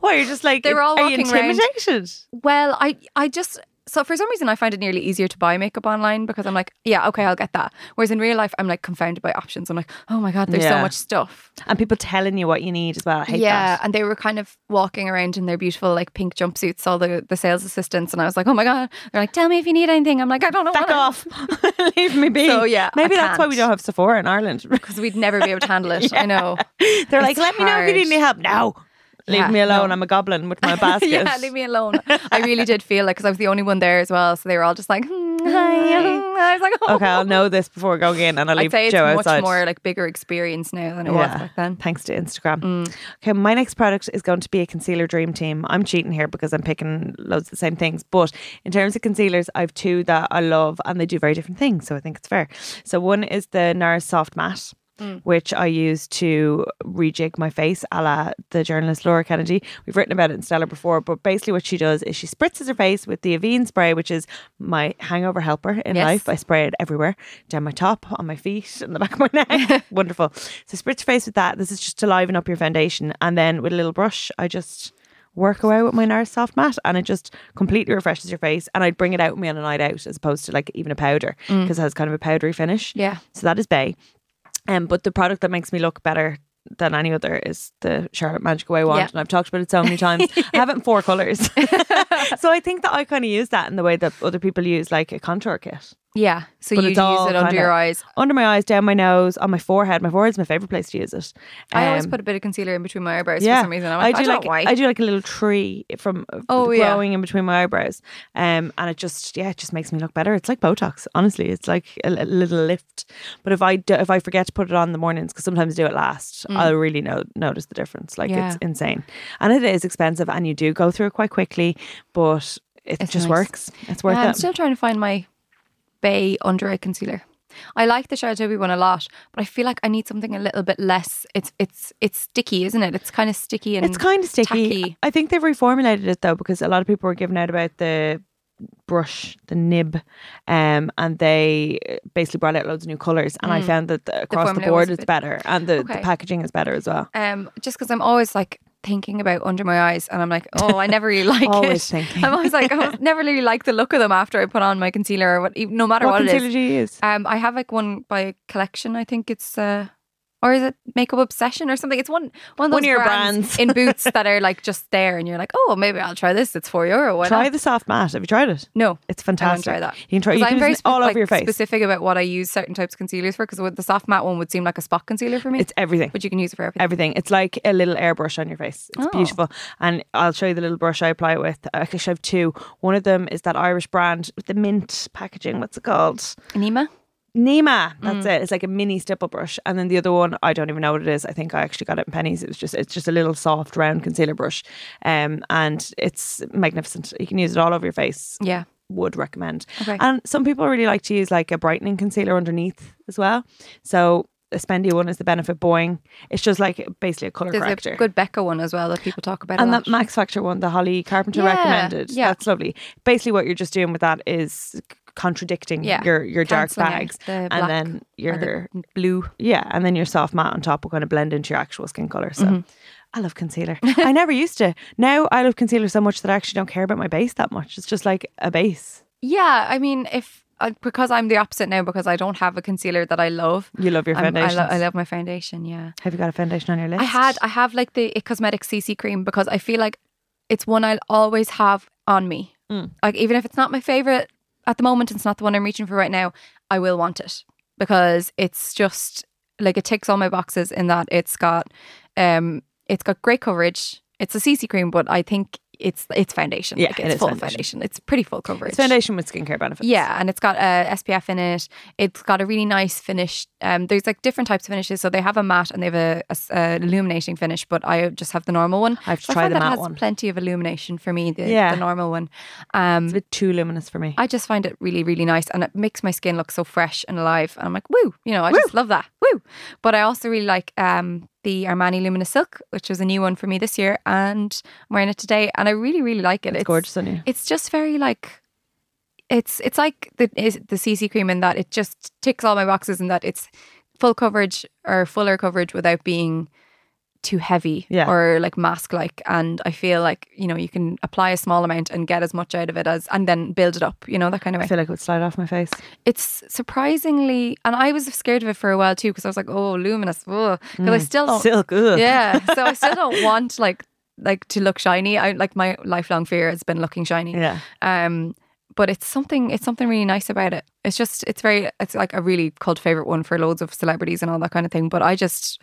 Speaker 1: Why you're just like
Speaker 2: They were all
Speaker 1: are you
Speaker 2: walking round.
Speaker 1: intimidated?
Speaker 2: Well, I I just so for some reason I find it nearly easier to buy makeup online because I'm like, yeah, okay, I'll get that. Whereas in real life, I'm like confounded by options. I'm like, oh my god, there's
Speaker 1: Yeah.
Speaker 2: so much stuff.
Speaker 1: And people telling you what you need as well. I hate
Speaker 2: yeah,
Speaker 1: that.
Speaker 2: and they were kind of walking around in their beautiful like pink jumpsuits, all the, the sales assistants, and I was like, oh my god. They're like, tell me if you need anything. I'm like, I don't know.
Speaker 1: Back off. Leave me be.
Speaker 2: So, yeah, I
Speaker 1: maybe that's why we
Speaker 2: can't.
Speaker 1: don't have Sephora in Ireland.
Speaker 2: because we'd never be able to handle it. I know.
Speaker 1: They're like,
Speaker 2: It's
Speaker 1: let me know if you
Speaker 2: hard.
Speaker 1: need any help. No, leave
Speaker 2: Yeah,
Speaker 1: me alone.
Speaker 2: no.
Speaker 1: I'm a goblin with my basket.
Speaker 2: yeah, leave me alone. I really did feel like because I was the only one there as well, so they were all just like, hmm, hi. hmm. I was like, oh.
Speaker 1: Okay, I'll know this before going in, and I'll
Speaker 2: I'd
Speaker 1: leave
Speaker 2: say it's
Speaker 1: Joe
Speaker 2: much
Speaker 1: outside.
Speaker 2: more like bigger experience now than it was back then. Mm.
Speaker 1: Thanks to Instagram. Okay, my next product is going to be a concealer dream team. I'm cheating here because I'm picking loads of the same things. But in terms of concealers, I have two that I love and they do very different things. So I think it's fair. So one is the NARS Soft Matte.
Speaker 2: Mm.
Speaker 1: which I use to rejig my face, a la the journalist Laura Kennedy. We've written about it in Stellar before, but basically what she does is she spritzes her face with the Avene spray, which is my hangover helper in
Speaker 2: Yes.
Speaker 1: life. I spray it everywhere, down my top, on my feet, on the back of my neck. Wonderful. So spritz your face with that. This is just to liven up your foundation. And then with a little brush, I just work away with my Nars Soft Matte and it just completely refreshes your face. And I'd bring it out with me on a night out as opposed to like even a powder because it has kind of a powdery finish.
Speaker 2: Mm. Yeah.
Speaker 1: So that is Bay. Um, but the product that makes me look better than any other is the Charlotte Magic Away wand,
Speaker 2: Yeah.
Speaker 1: and I've talked about it so many times. I have it in four colors, so I think that I kind of use that in the way that other people use like a contour kit
Speaker 2: Yeah. So
Speaker 1: But
Speaker 2: you
Speaker 1: it's
Speaker 2: use
Speaker 1: all
Speaker 2: it under
Speaker 1: kinda-
Speaker 2: your eyes.
Speaker 1: under my eyes, down my nose, on my forehead. My forehead's my favorite place to use it.
Speaker 2: I always
Speaker 1: Um,
Speaker 2: put a bit of concealer in between my eyebrows for some reason. I'm
Speaker 1: I
Speaker 2: like,
Speaker 1: do
Speaker 2: I don't
Speaker 1: like
Speaker 2: know why.
Speaker 1: I do like a little tree from uh,
Speaker 2: Oh, yeah.
Speaker 1: growing in between my eyebrows, um, and it just yeah, it just makes me look better. It's like Botox, honestly. It's like a, li- little lift. But if I do, if I forget to put it on in the mornings because sometimes I do it last, I'll really no, notice the difference. Like
Speaker 2: Mm. Yeah.
Speaker 1: it's insane, and it is expensive, and you do go through it quite quickly, but it
Speaker 2: It's
Speaker 1: just
Speaker 2: nice.
Speaker 1: works. It's worth
Speaker 2: Yeah, I'm
Speaker 1: it.
Speaker 2: still trying to find my Bay under eye concealer. I like the Sharatobi one a lot, but I feel like I need something a little bit less. It's it's it's sticky, isn't it? It's kind of sticky and
Speaker 1: It's kind of sticky.
Speaker 2: tacky.
Speaker 1: I think they've reformulated it though because a lot of people were giving out about the brush, the nib, um, and they uh, basically brought out loads of new colours. And I found that the, across the,
Speaker 2: Mm. formula was
Speaker 1: board
Speaker 2: a
Speaker 1: it's
Speaker 2: bit-
Speaker 1: better, and the, the
Speaker 2: Okay.
Speaker 1: packaging is better as well.
Speaker 2: Um, just because I'm always like thinking about under my eyes, and I'm like, oh, I never really like
Speaker 1: Always
Speaker 2: it.
Speaker 1: thinking.
Speaker 2: I'm always like, I never really like the look of them after I put on my concealer, or what, even- no matter
Speaker 1: what
Speaker 2: what, it
Speaker 1: concealer
Speaker 2: is.
Speaker 1: do you use?
Speaker 2: Um, I have like one by collection. I think it's uh, or is it Makeup Obsession or something? It's one one of those
Speaker 1: One of your brands.
Speaker 2: brands, in Boots that are like just there, and you're like, oh, maybe I'll try this. It's four euro. Why
Speaker 1: Try
Speaker 2: not?
Speaker 1: the soft matte. Have you tried it?
Speaker 2: No,
Speaker 1: It's
Speaker 2: I won't
Speaker 1: fantastic.
Speaker 2: try that.
Speaker 1: You can try. You
Speaker 2: 'Cause
Speaker 1: can
Speaker 2: I'm very
Speaker 1: use it all
Speaker 2: spe-
Speaker 1: over
Speaker 2: like,
Speaker 1: your face.
Speaker 2: specific about what I use certain types of concealers for because the soft matte one would seem like a spot concealer for me,
Speaker 1: It's everything.
Speaker 2: but you can use it for everything.
Speaker 1: Everything. It's like a little airbrush on your face. It's
Speaker 2: Oh.
Speaker 1: beautiful. And I'll show you the little brush I apply it with. I actually have two. One of them is that Irish brand with the mint packaging. What's it called?
Speaker 2: Anema.
Speaker 1: Nema, that's
Speaker 2: Mm.
Speaker 1: it. It's like a mini stipple brush, and then the other one, I don't even know what it is. I think I actually got it in pennies. It was just, it's just a little soft round concealer brush, um, and it's magnificent. You can use it all over your face.
Speaker 2: Yeah.
Speaker 1: Would recommend.
Speaker 2: Okay.
Speaker 1: And some people really like to use like a brightening concealer underneath as well. So a spendy one is the Benefit Boing. It's just like basically a color
Speaker 2: There's
Speaker 1: corrector.
Speaker 2: a good Becca one as well that people talk about.
Speaker 1: And
Speaker 2: a lot.
Speaker 1: that Max Factor one, the Holly Carpenter
Speaker 2: Yeah,
Speaker 1: recommended.
Speaker 2: yeah.
Speaker 1: That's lovely. Basically, what you're just doing with that is c- contradicting
Speaker 2: Yeah,
Speaker 1: your, your dark
Speaker 2: cancelling out
Speaker 1: bags.
Speaker 2: the
Speaker 1: and
Speaker 2: black
Speaker 1: then your
Speaker 2: or the blue.
Speaker 1: yeah, and then your soft matte on top will kind of blend into your actual skin color. So
Speaker 2: Mm-hmm.
Speaker 1: I love concealer. I never used to. Now I love concealer so much that I actually don't care about my base that much. It's just like a base.
Speaker 2: Yeah, I mean, if uh, because I'm the opposite now because I don't have a concealer that I love.
Speaker 1: You love your
Speaker 2: I'm- I,
Speaker 1: foundation.
Speaker 2: lo- I love my foundation. Yeah,
Speaker 1: Have you got a foundation on your list?
Speaker 2: I had I have like the It Cosmetics CC cream because I feel like it's one I'll always have on me.
Speaker 1: Mm.
Speaker 2: Like even if it's not my favorite at the moment, it's not the one I'm reaching for right now. I will want it because it's just like it ticks all my boxes in that it's got um it's got great coverage. It's a CC cream, but I think it's it's foundation.
Speaker 1: Yeah,
Speaker 2: like
Speaker 1: it
Speaker 2: it's
Speaker 1: is
Speaker 2: full
Speaker 1: foundation.
Speaker 2: foundation. It's pretty full coverage.
Speaker 1: It's foundation with skincare benefits.
Speaker 2: Yeah, and it's got a SPF in it. It's got a really nice finish. Um, there's like different types of finishes. So they have a matte and they have a, a s- a illuminating finish, but I just have the normal one.
Speaker 1: I have to
Speaker 2: So
Speaker 1: try
Speaker 2: find
Speaker 1: the
Speaker 2: that
Speaker 1: matte
Speaker 2: has
Speaker 1: one.
Speaker 2: plenty of illumination for me. The,
Speaker 1: Yeah.
Speaker 2: the normal one. Um,
Speaker 1: It's a bit too luminous for me.
Speaker 2: I just find it really, really nice, and it makes my skin look so fresh and alive. And I'm like, woo, you know, I just love that, woo. But I also really like um, the Armani Luminous Silk, which was a new one for me this year, and I'm wearing it today, and I really, really like it.
Speaker 1: it's, gorgeous on you.
Speaker 2: It's just very like it's it's like the is the CC cream in that it just ticks all my boxes in that it's full coverage or fuller coverage without being too heavy
Speaker 1: Yeah.
Speaker 2: or like mask like and I feel like you know you can apply a small amount and get as much out of it as and then build it up you know that kind of
Speaker 1: I
Speaker 2: way
Speaker 1: feel like it would slide off my face.
Speaker 2: it's surprisingly and I was scared of it for a while too because I was like oh luminous because I still don't
Speaker 1: Silk, ugh.
Speaker 2: Oh. yeah so I still don't want like like to look shiny I like my lifelong fear has been looking shiny
Speaker 1: Yeah.
Speaker 2: um, but it's something it's something really nice about it. It's just it's very it's like a really cult favorite one for loads of celebrities and all that kind of thing. But I just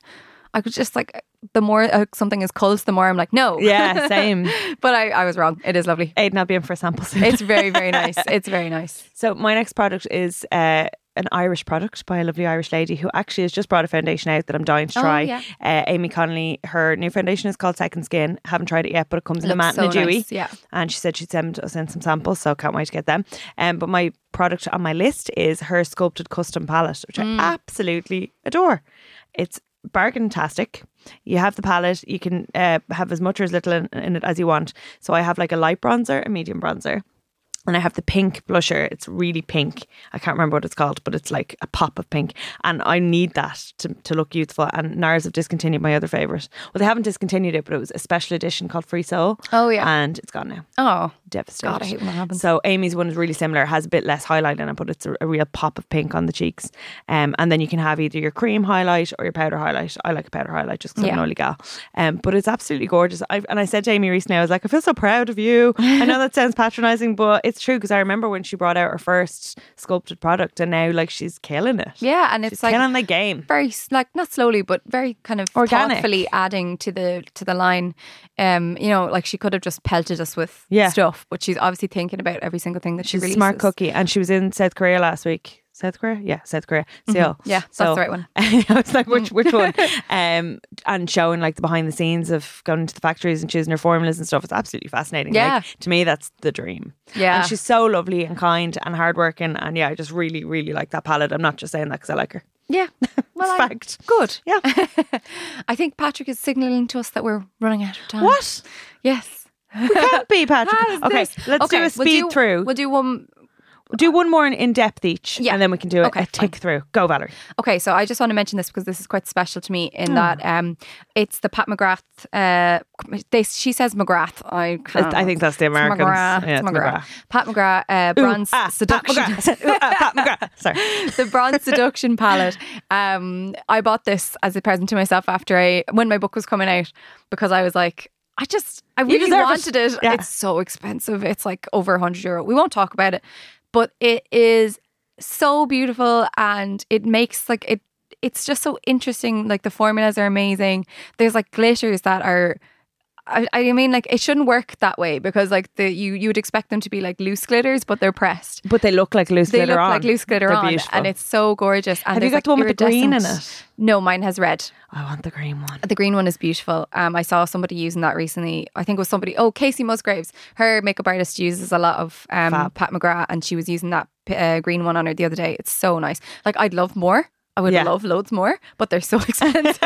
Speaker 2: I was just like the more uh, something is cult, the more I'm like no.
Speaker 1: Yeah, same.
Speaker 2: but I I was wrong. It is lovely.
Speaker 1: Aiden, I'll be in for a sample soon.
Speaker 2: It's very very nice. It's very nice.
Speaker 1: So my next product is uh, an Irish product by a lovely Irish lady who actually has just brought a foundation out that I'm dying to
Speaker 2: Oh,
Speaker 1: try.
Speaker 2: yeah.
Speaker 1: uh, Amy Connolly, her new foundation is called Second Skin. Haven't tried it yet, but it comes in a
Speaker 2: Looks
Speaker 1: matte
Speaker 2: so
Speaker 1: and a dewy.
Speaker 2: nice, yeah.
Speaker 1: And she said she'd send us in some samples, so can't wait to get them. Um, but my product on my list is her sculpted custom palette, which
Speaker 2: Mm.
Speaker 1: I absolutely adore. It's bargain tastic. You have the palette, you can uh, have as much or as little in, in it as you want. So I have like a light bronzer, a medium bronzer. And I have the pink blusher. It's really pink. I can't remember what it's called, but it's like a pop of pink. And I need that to, to look youthful. And NARS have discontinued my other favourite. Well, they haven't discontinued it, but it was a special edition called Free Soul.
Speaker 2: Oh, yeah.
Speaker 1: And it's gone now.
Speaker 2: Oh,
Speaker 1: Devastated.
Speaker 2: God, I hate when that happens.
Speaker 1: So Amy's one is really similar, has a bit less highlight in it, but it's a, a real pop of pink on the cheeks. Um, and then you can have either your cream highlight or your powder highlight. I like a powder highlight just because I'm
Speaker 2: Yeah.
Speaker 1: an oily gal. Um, but it's absolutely gorgeous. I, and I said to Amy recently, I was like, I feel so proud of you. I know that sounds patronising, but it's true because I remember when she brought out her first sculpted product, and now like she's killing it.
Speaker 2: yeah, and it's
Speaker 1: She's
Speaker 2: like
Speaker 1: killing the game.
Speaker 2: very s- like not slowly but very kind of
Speaker 1: Organic.
Speaker 2: thoughtfully adding to the to the line um you know like she could have just pelted us with
Speaker 1: Yeah.
Speaker 2: stuff but she's obviously thinking about every single thing that
Speaker 1: She's a
Speaker 2: she releases
Speaker 1: smart cookie, and she was in South Korea last week. South Korea, yeah, South Korea, Seoul.
Speaker 2: Mm-hmm. Yeah, that's the right one.
Speaker 1: I was like, which which one? Um, and showing like the behind the scenes of going to the factories and choosing her formulas and stuff. It's absolutely fascinating.
Speaker 2: Yeah.
Speaker 1: like, to me, that's the dream.
Speaker 2: Yeah.
Speaker 1: and she's so lovely and kind and hardworking, and yeah, I just really really like that palette. I'm not just saying that because I like her.
Speaker 2: yeah well I-
Speaker 1: Fact.
Speaker 2: good
Speaker 1: Yeah.
Speaker 2: i think patrick is signaling to us that we're running out of time
Speaker 1: What?
Speaker 2: yes
Speaker 1: We can't be Patrick.
Speaker 2: How's
Speaker 1: okay,
Speaker 2: this?
Speaker 1: let's do
Speaker 2: Okay,
Speaker 1: a
Speaker 2: we'll
Speaker 1: speed
Speaker 2: do-
Speaker 1: through.
Speaker 2: we'll do one
Speaker 1: do one more in, in depth each,
Speaker 2: Yeah.
Speaker 1: and then we can do a,
Speaker 2: Okay,
Speaker 1: a tick through. Go, Valerie.
Speaker 2: Okay, so I just want to mention this because this is quite special to me in that um, it's the Pat McGrath. Uh, they, she says McGrath. I can't,
Speaker 1: I think that's the
Speaker 2: It's
Speaker 1: Americans.
Speaker 2: McGrath,
Speaker 1: Yeah,
Speaker 2: it's
Speaker 1: it's
Speaker 2: McGrath. Pat McGrath uh,
Speaker 1: Ooh,
Speaker 2: bronze
Speaker 1: ah,
Speaker 2: seduction.
Speaker 1: Pat McGrath. Ooh, ah, Pat McGrath. Sorry.
Speaker 2: the bronze seduction palette. Um, I bought this as a present to myself after I when my book was coming out because I was like, I just I really
Speaker 1: deserve it.
Speaker 2: wanted it.
Speaker 1: Yeah.
Speaker 2: It's so expensive. It's like over hundred euro. We won't talk about it, but it is so beautiful and it makes like it. It's just so interesting. Like the formulas are amazing. There's like glitters that are. I, I mean, like it shouldn't work that way because, like, the you you would expect them to be like loose glitters, but they're pressed
Speaker 1: But they look like loose
Speaker 2: they
Speaker 1: glitter
Speaker 2: look
Speaker 1: on.
Speaker 2: like loose glitter
Speaker 1: They're
Speaker 2: on,
Speaker 1: beautiful.
Speaker 2: and it's so gorgeous. And
Speaker 1: Have you
Speaker 2: there's,
Speaker 1: got
Speaker 2: like,
Speaker 1: the one with the green in
Speaker 2: iridescent-
Speaker 1: it?
Speaker 2: No, mine has red.
Speaker 1: I want the green one.
Speaker 2: The green one is beautiful. Um, I saw somebody using that recently. I think it was somebody. Oh, Casey Musgraves. Her makeup artist uses a lot of um,
Speaker 1: Fab.
Speaker 2: Pat McGrath, and she was using that uh, green one on her the other day. It's so nice. Like I'd love more. I would
Speaker 1: Yeah.
Speaker 2: love loads more, but they're so expensive.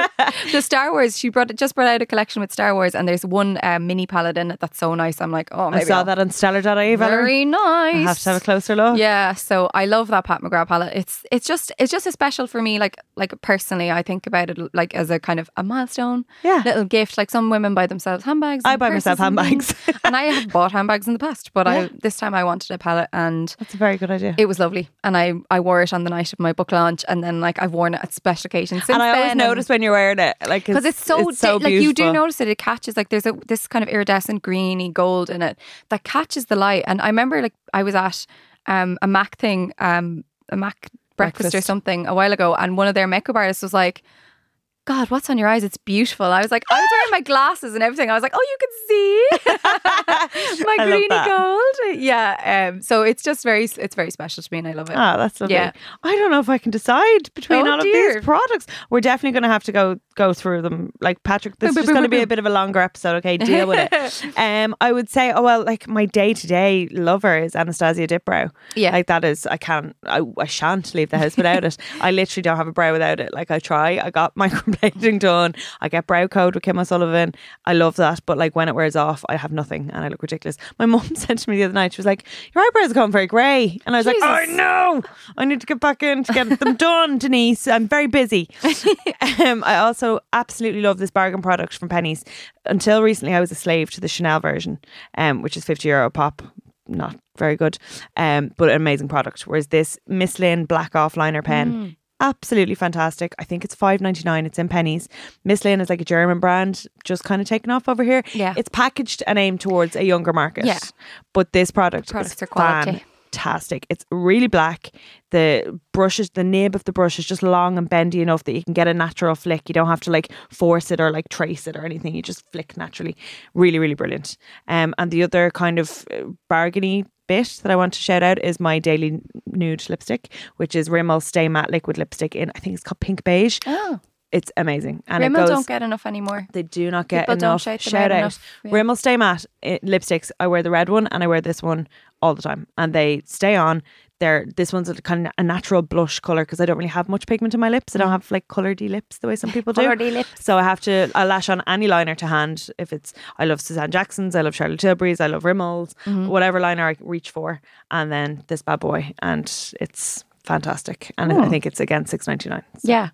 Speaker 2: the Star Wars, she brought just brought out a collection with Star Wars, and there's one uh, mini palette in it that's so nice. I'm like, oh, maybe
Speaker 1: I saw
Speaker 2: I'll-
Speaker 1: that on stellar.ie, Valerie.
Speaker 2: Very nice.
Speaker 1: I have to have a closer look.
Speaker 2: Yeah, so I love that Pat McGrath palette. It's it's just it's just a special for me. Like like personally, I think about it like as a kind of a milestone,
Speaker 1: Yeah.
Speaker 2: little gift. Like some women buy themselves handbags.
Speaker 1: I
Speaker 2: and
Speaker 1: buy myself
Speaker 2: purses and
Speaker 1: handbags.
Speaker 2: things. and I have bought handbags in the past, but I this time I wanted a palette and.
Speaker 1: That's a very good idea.
Speaker 2: It was lovely, and I, I wore it on the night of my book launch, and then like I've worn it at special occasions. Since
Speaker 1: and I always
Speaker 2: then,
Speaker 1: notice when you're wearing it, like
Speaker 2: because it's, so,
Speaker 1: it's so
Speaker 2: di- like you do
Speaker 1: beautiful.
Speaker 2: notice it. It catches like there's a this kind of iridescent greeny gold in it that catches the light. And I remember like I was at um, a Mac thing, um, a Mac breakfast, or
Speaker 1: Breakfast.
Speaker 2: something a while ago, and one of their makeup artists was like. God, what's on your eyes? It's beautiful. I was like, I was wearing my glasses and everything. I was like, oh, you can see my
Speaker 1: I love
Speaker 2: greeny
Speaker 1: that.
Speaker 2: gold. Yeah. Um, so it's just very, it's very special to me, and I love it.
Speaker 1: Ah, that's lovely.
Speaker 2: Yeah.
Speaker 1: I don't know if I can decide between
Speaker 2: Oh,
Speaker 1: all of
Speaker 2: dear.
Speaker 1: these products. We're definitely going to have to go go through them. Like Patrick, this is
Speaker 2: Boom,
Speaker 1: just
Speaker 2: boom,
Speaker 1: going to
Speaker 2: boom,
Speaker 1: be a
Speaker 2: boom.
Speaker 1: bit of a longer episode. Okay, deal with it. Um, I would say, oh well, like my day to day lover is Anastasia Dipbrow.
Speaker 2: Yeah.
Speaker 1: like that is I can't, I, I shan't leave the house without it. I literally don't have a brow without it. Like I try, I got microblading done. I get brow code with Kim O'Sullivan. I love that, but like when it wears off, I have nothing and I look ridiculous. My mum said to me the other night, she was like, "Your eyebrows are going very grey," and I was
Speaker 2: Jesus.
Speaker 1: like, "I no, I need to get back in to get them done, Denise. I'm very busy. um, I also absolutely love this bargain product from Penny's. Until recently, I was a slave to the Chanel version, um, which is 50 euro pop. Not very good, um, but an amazing product. Whereas this Miss Lynn black off liner pen.
Speaker 2: Hmm.
Speaker 1: Absolutely fantastic. I think it's five ninety nine. It's in pennies. Miss Lynn is like a German brand, just kind of taken off over here.
Speaker 2: Yeah.
Speaker 1: It's packaged and aimed towards a younger market.
Speaker 2: Yeah.
Speaker 1: But this product
Speaker 2: products
Speaker 1: it's
Speaker 2: are quality.
Speaker 1: Fantastic. It's really black. The brushes, the nib of the brush is just long and bendy enough that you can get a natural flick. You don't have to like force it or like trace it or anything. You just flick naturally. Really, really brilliant. Um, and the other kind of uh, bargainy bit that I want to shout out is my daily nude lipstick, which is Rimmel Stay Matte Liquid Lipstick in, I think it's called Pink Beige.
Speaker 2: Oh,
Speaker 1: It's amazing. And it
Speaker 2: Rimmel
Speaker 1: goes,
Speaker 2: don't get enough anymore.
Speaker 1: they do not get
Speaker 2: People don't
Speaker 1: enough
Speaker 2: shout them
Speaker 1: shout
Speaker 2: out
Speaker 1: out.
Speaker 2: enough, yeah.
Speaker 1: Rimmel Stay Matte eh, lipsticks. I wear the red one and I wear this one all the time, and they stay on. They're this one's a kind of a natural blush color because I don't really have much pigment in my lips. I don't have like coloredy lips the way some people do.
Speaker 2: Colouredy Mm. lips.
Speaker 1: So I have to I lash on any liner to hand. If it's I love Suzanne Jackson's, I love Charlotte Tilbury's, I love Rimmel's,
Speaker 2: Mm-hmm.
Speaker 1: whatever liner I reach for, and then this bad boy, and it's fantastic. And
Speaker 2: Oh.
Speaker 1: I think it's again six ninety nine.
Speaker 2: Yeah.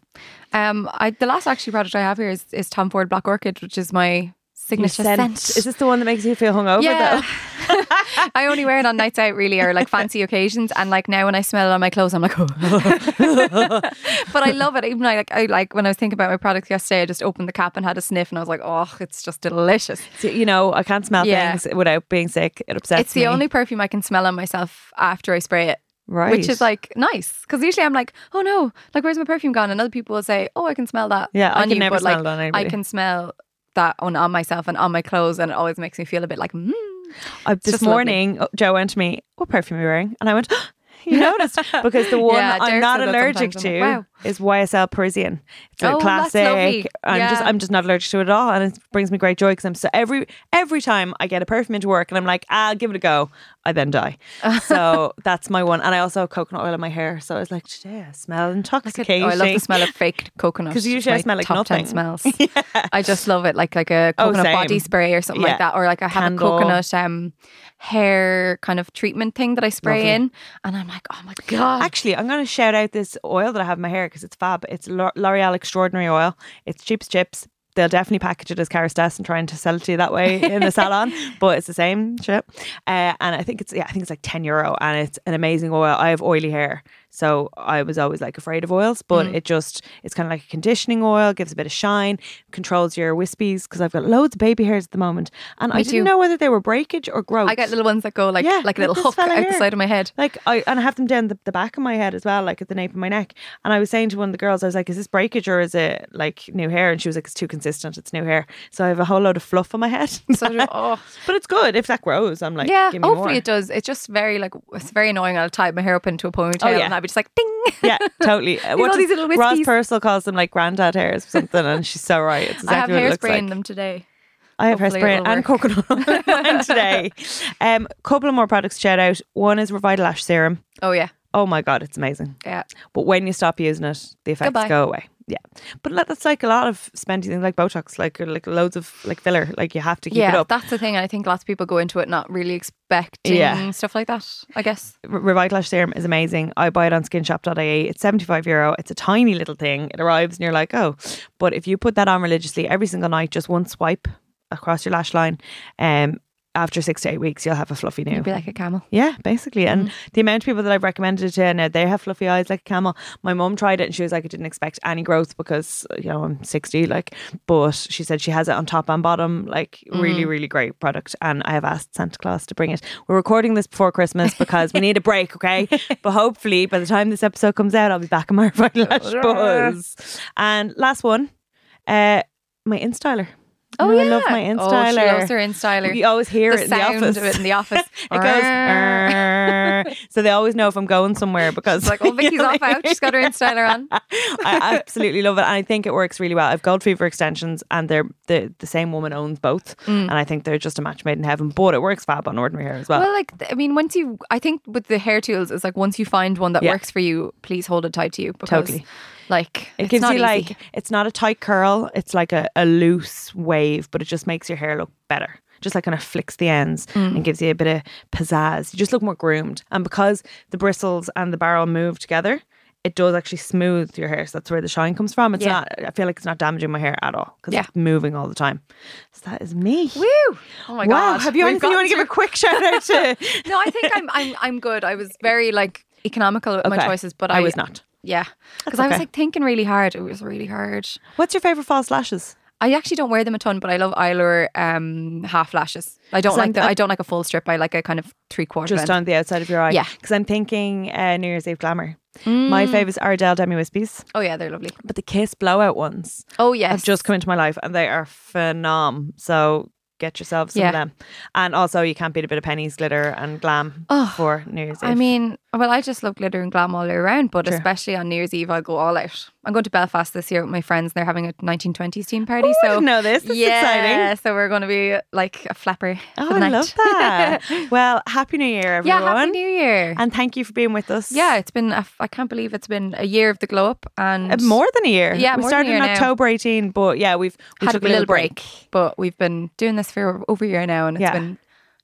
Speaker 2: Um, I the last actually product I have here is, is Tom Ford Black Orchid, which is my signature scent.
Speaker 1: Is this the one that makes you feel hungover?
Speaker 2: yeah.
Speaker 1: Though?
Speaker 2: I only wear it on nights out really or like fancy occasions and like now when I smell it on my clothes I'm like oh. but I love it even I like I like when I was thinking about my product yesterday I just opened the cap and had a sniff and I was like oh it's just delicious
Speaker 1: So, you know, I can't smell
Speaker 2: Yeah.
Speaker 1: things without being sick. It upsets
Speaker 2: it's the
Speaker 1: me.
Speaker 2: only perfume I can smell on myself after I spray it
Speaker 1: right,
Speaker 2: which is like nice because usually I'm like, oh no, like where's my perfume gone? And other people will say, oh, I can smell that.
Speaker 1: Yeah, I
Speaker 2: on
Speaker 1: can
Speaker 2: you,
Speaker 1: never
Speaker 2: but,
Speaker 1: smell it
Speaker 2: like,
Speaker 1: on anybody.
Speaker 2: I can smell that on on myself and on my clothes, and it always makes me feel a bit like, mm.
Speaker 1: I, this
Speaker 2: just lovely.
Speaker 1: morning uh, Joe went to me, "What perfume are you wearing?" And I went. You noticed because the one
Speaker 2: Yeah,
Speaker 1: I'm
Speaker 2: Derek
Speaker 1: not
Speaker 2: said that
Speaker 1: allergic
Speaker 2: sometimes.
Speaker 1: to
Speaker 2: I'm like, wow.
Speaker 1: is YSL Parisian. It's a
Speaker 2: Oh, that's
Speaker 1: classic.
Speaker 2: lovely.
Speaker 1: I'm just
Speaker 2: Yeah.
Speaker 1: I'm just not allergic to it at all, and it brings me great joy because I'm so every every time I get a perfume into work and I'm like, ah, give it a go. I then die. so that's my one, and I also have coconut oil in my hair, so I was like, today I smell intoxicating.
Speaker 2: oh, I love the smell of fake coconut.
Speaker 1: 'Cause
Speaker 2: It's
Speaker 1: usually I
Speaker 2: my
Speaker 1: smell like
Speaker 2: top
Speaker 1: nothing.
Speaker 2: 10 smells. I just love it, like like a
Speaker 1: Oh,
Speaker 2: coconut
Speaker 1: same.
Speaker 2: body spray or something
Speaker 1: Yeah.
Speaker 2: like that, or like I have
Speaker 1: Candle.
Speaker 2: a coconut um hair kind of treatment thing that I spray
Speaker 1: Lovely.
Speaker 2: in, and I'm like, oh my god,
Speaker 1: Actually, I'm going to shout out this oil that I have in my hair because it's fab. It's L'O- L'Oreal Extraordinary Oil. It's cheap as chips. They'll definitely package it as Kerastase and trying to sell it to you that way in the salon, but it's the same shit. Uh, and I think it's yeah, I think it's like ten euro, and it's an amazing oil. I have oily hair, so I was always like afraid of oils,
Speaker 2: Mm.
Speaker 1: but it just it's kind of like a conditioning oil, gives a bit of shine, controls your wispies because I've got loads of baby hairs at the moment, and I didn't
Speaker 2: too.
Speaker 1: know whether they were breakage or growth.
Speaker 2: I get little ones that go like
Speaker 1: Yeah,
Speaker 2: like a little
Speaker 1: like this
Speaker 2: hook out
Speaker 1: fella
Speaker 2: the
Speaker 1: here.
Speaker 2: side of my head.
Speaker 1: Like I and I have them down the, the back of my head as well, like at the nape of my neck. And I was saying to one of the girls, I was like, "Is this breakage or is it like new hair?" And she was like, "It's too consistent. It's new hair." So I have a whole load of fluff on my head.
Speaker 2: So do- oh.
Speaker 1: but it's good if that grows. I'm like,
Speaker 2: Yeah, oh,
Speaker 1: give me
Speaker 2: hopefully
Speaker 1: more."
Speaker 2: it does. It's just very like it's very annoying. I'll tie my hair up into a ponytail,
Speaker 1: Oh, yeah.
Speaker 2: and I'll be just like ding.
Speaker 1: yeah, totally. Uh,
Speaker 2: all these little
Speaker 1: Ross
Speaker 2: wispies.
Speaker 1: Purcell calls them like granddad hairs or something, and she's so right. It's
Speaker 2: I have
Speaker 1: exactly what it looks
Speaker 2: hairspray
Speaker 1: like.
Speaker 2: in them today.
Speaker 1: I have
Speaker 2: Hopefully
Speaker 1: hairspray
Speaker 2: it'll
Speaker 1: and
Speaker 2: work.
Speaker 1: coconut oil in mine today. Um, couple of more products to shout out. One is Revital Ash Serum.
Speaker 2: Oh yeah,
Speaker 1: Oh my god, it's amazing.
Speaker 2: yeah.
Speaker 1: But when you stop using it, the effects
Speaker 2: Goodbye.
Speaker 1: go away. Yeah, but like, that's like a lot of spending things like Botox, like or, like loads of like filler. Like you have to keep it
Speaker 2: yeah,
Speaker 1: up.
Speaker 2: that's the thing. I think lots of people go into it not really expecting
Speaker 1: Yeah.
Speaker 2: stuff like that. I guess.
Speaker 1: R- Revitalash serum is amazing. I buy it on skinshop.ie. It's 75 euro. It's a tiny little thing. It arrives and you're like, oh. But if you put that on religiously every single night, just one swipe across your lash line, um, after six to eight weeks, you'll have a fluffy new.
Speaker 2: It'd be like a camel.
Speaker 1: Yeah, basically.
Speaker 2: Mm.
Speaker 1: And the amount of people that I've recommended it to now, they have fluffy eyes like a camel. My mum tried it and she was like, I didn't expect any growth because, you know, I'm 60, like, but she said she has it on top and bottom. Like,
Speaker 2: Mm.
Speaker 1: really, really great product. And I have asked Santa Claus to bring it. We're recording this before Christmas because we need a break, okay? but hopefully by the time this episode comes out, I'll be back in my vinyl lash buzz. And last one, uh, my InStyler.
Speaker 2: Oh
Speaker 1: You know,
Speaker 2: yeah,
Speaker 1: I love my
Speaker 2: Oh, she loves her
Speaker 1: InStyler.
Speaker 2: InStyler.
Speaker 1: You always hear
Speaker 2: the
Speaker 1: it in the
Speaker 2: sound
Speaker 1: office.
Speaker 2: of it in the office.
Speaker 1: It goes, "Err." so they always know if I'm going somewhere because
Speaker 2: It's like, oh, Vicky's
Speaker 1: You know
Speaker 2: off
Speaker 1: what I mean?
Speaker 2: out. She's got her InStyler on.
Speaker 1: I absolutely love it, and I think it works really well. I've gold fever extensions, and they're the, the same woman owns both,
Speaker 2: Mm.
Speaker 1: and I think they're just a match made in heaven. But it works fab on ordinary hair as well.
Speaker 2: Well, like th- I mean, once you, I think with the hair tools, it's like once you find one that
Speaker 1: Yeah.
Speaker 2: works for you, please hold it tight to you. Because,
Speaker 1: Totally.
Speaker 2: Like
Speaker 1: it
Speaker 2: it's
Speaker 1: gives
Speaker 2: not
Speaker 1: you like
Speaker 2: easy.
Speaker 1: it's not a tight curl; it's like a, a loose wave, but it just makes your hair look better. Just like kind of flicks the ends
Speaker 2: Mm.
Speaker 1: and gives you a bit of pizzazz. You just look more groomed, and because the bristles and the barrel move together, it does actually smooth your hair. So that's where the shine comes from. It's
Speaker 2: Yeah.
Speaker 1: not. I feel like it's not damaging my hair at all because
Speaker 2: Yeah.
Speaker 1: it's moving all the time. So that is me.
Speaker 2: Woo! Oh
Speaker 1: wow!
Speaker 2: my god!
Speaker 1: Have you
Speaker 2: We've
Speaker 1: anything you want
Speaker 2: gotten
Speaker 1: to give a quick shout out to?
Speaker 2: through- No, I think I'm I'm I'm good. I was very like economical with my
Speaker 1: Okay.
Speaker 2: choices, but
Speaker 1: I
Speaker 2: I,
Speaker 1: was not.
Speaker 2: Yeah, because I was
Speaker 1: okay.
Speaker 2: like thinking really hard. It was really hard.
Speaker 1: What's your favorite false lashes?
Speaker 2: I actually don't wear them a ton, but I love eyelure um, half lashes. I don't
Speaker 1: So I'm-
Speaker 2: like the,
Speaker 1: I'm-
Speaker 2: I don't like a full strip. I like a kind of three quarter.
Speaker 1: just on the outside of your eye.
Speaker 2: Yeah. Mm.
Speaker 1: Because I'm thinking uh, New Year's Eve glamour. My favourites are Dell Demi Wispies,
Speaker 2: Oh yeah, they're lovely.
Speaker 1: but the Kiss blowout ones
Speaker 2: Oh yes,
Speaker 1: have just come into my life and they are phenom. So get yourself some
Speaker 2: Yeah.
Speaker 1: of them. And also, you can't beat a bit of pennies, glitter, and glam
Speaker 2: Oh,
Speaker 1: for New Year's Eve.
Speaker 2: I mean, well, I just love glitter and glam all year round, but
Speaker 1: Sure.
Speaker 2: especially on New Year's Eve, I'll go all out. I'm going to Belfast this year with my friends. They're having a 1920s team party.
Speaker 1: Oh, I
Speaker 2: so,
Speaker 1: didn't know this. This is
Speaker 2: yeah,
Speaker 1: exciting.
Speaker 2: so we're going to be like a flapper.
Speaker 1: Oh,
Speaker 2: for
Speaker 1: I
Speaker 2: the night.
Speaker 1: love that. well, happy New Year,
Speaker 2: yeah,
Speaker 1: everyone,
Speaker 2: Happy New Year.
Speaker 1: and thank you for being with us.
Speaker 2: yeah, it's been, a f- I can't believe it's been a year of the glow up and
Speaker 1: Uh, more than a year.
Speaker 2: Yeah,
Speaker 1: we
Speaker 2: more than a
Speaker 1: started
Speaker 2: year
Speaker 1: in
Speaker 2: now.
Speaker 1: October 18, but yeah, we've we
Speaker 2: had
Speaker 1: took
Speaker 2: a little break. But we've been doing this for over a year now and it's
Speaker 1: Yeah.
Speaker 2: been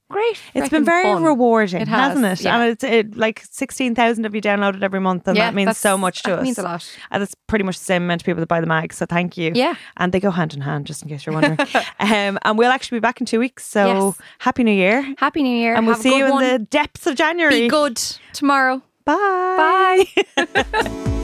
Speaker 2: great.
Speaker 1: It's been
Speaker 2: freaking
Speaker 1: very
Speaker 2: fun.
Speaker 1: rewarding,
Speaker 2: It
Speaker 1: has,
Speaker 2: has,
Speaker 1: not it?
Speaker 2: yeah.
Speaker 1: And it's it, like 16,000 of you downloaded every month, and
Speaker 2: Yeah,
Speaker 1: that means
Speaker 2: that's-
Speaker 1: so much to
Speaker 2: that
Speaker 1: us.
Speaker 2: means a lot.
Speaker 1: And that's pretty much the same amount of people that buy the mag, so thank you.
Speaker 2: Yeah.
Speaker 1: And they go hand in hand, just in case you're wondering. um, and we'll actually be back in two weeks, so
Speaker 2: Yes.
Speaker 1: happy new year.
Speaker 2: Happy New Year.
Speaker 1: And we'll
Speaker 2: Have a
Speaker 1: see
Speaker 2: good
Speaker 1: you in
Speaker 2: one.
Speaker 1: the depths of January.
Speaker 2: Be good tomorrow.
Speaker 1: Bye.
Speaker 2: Bye.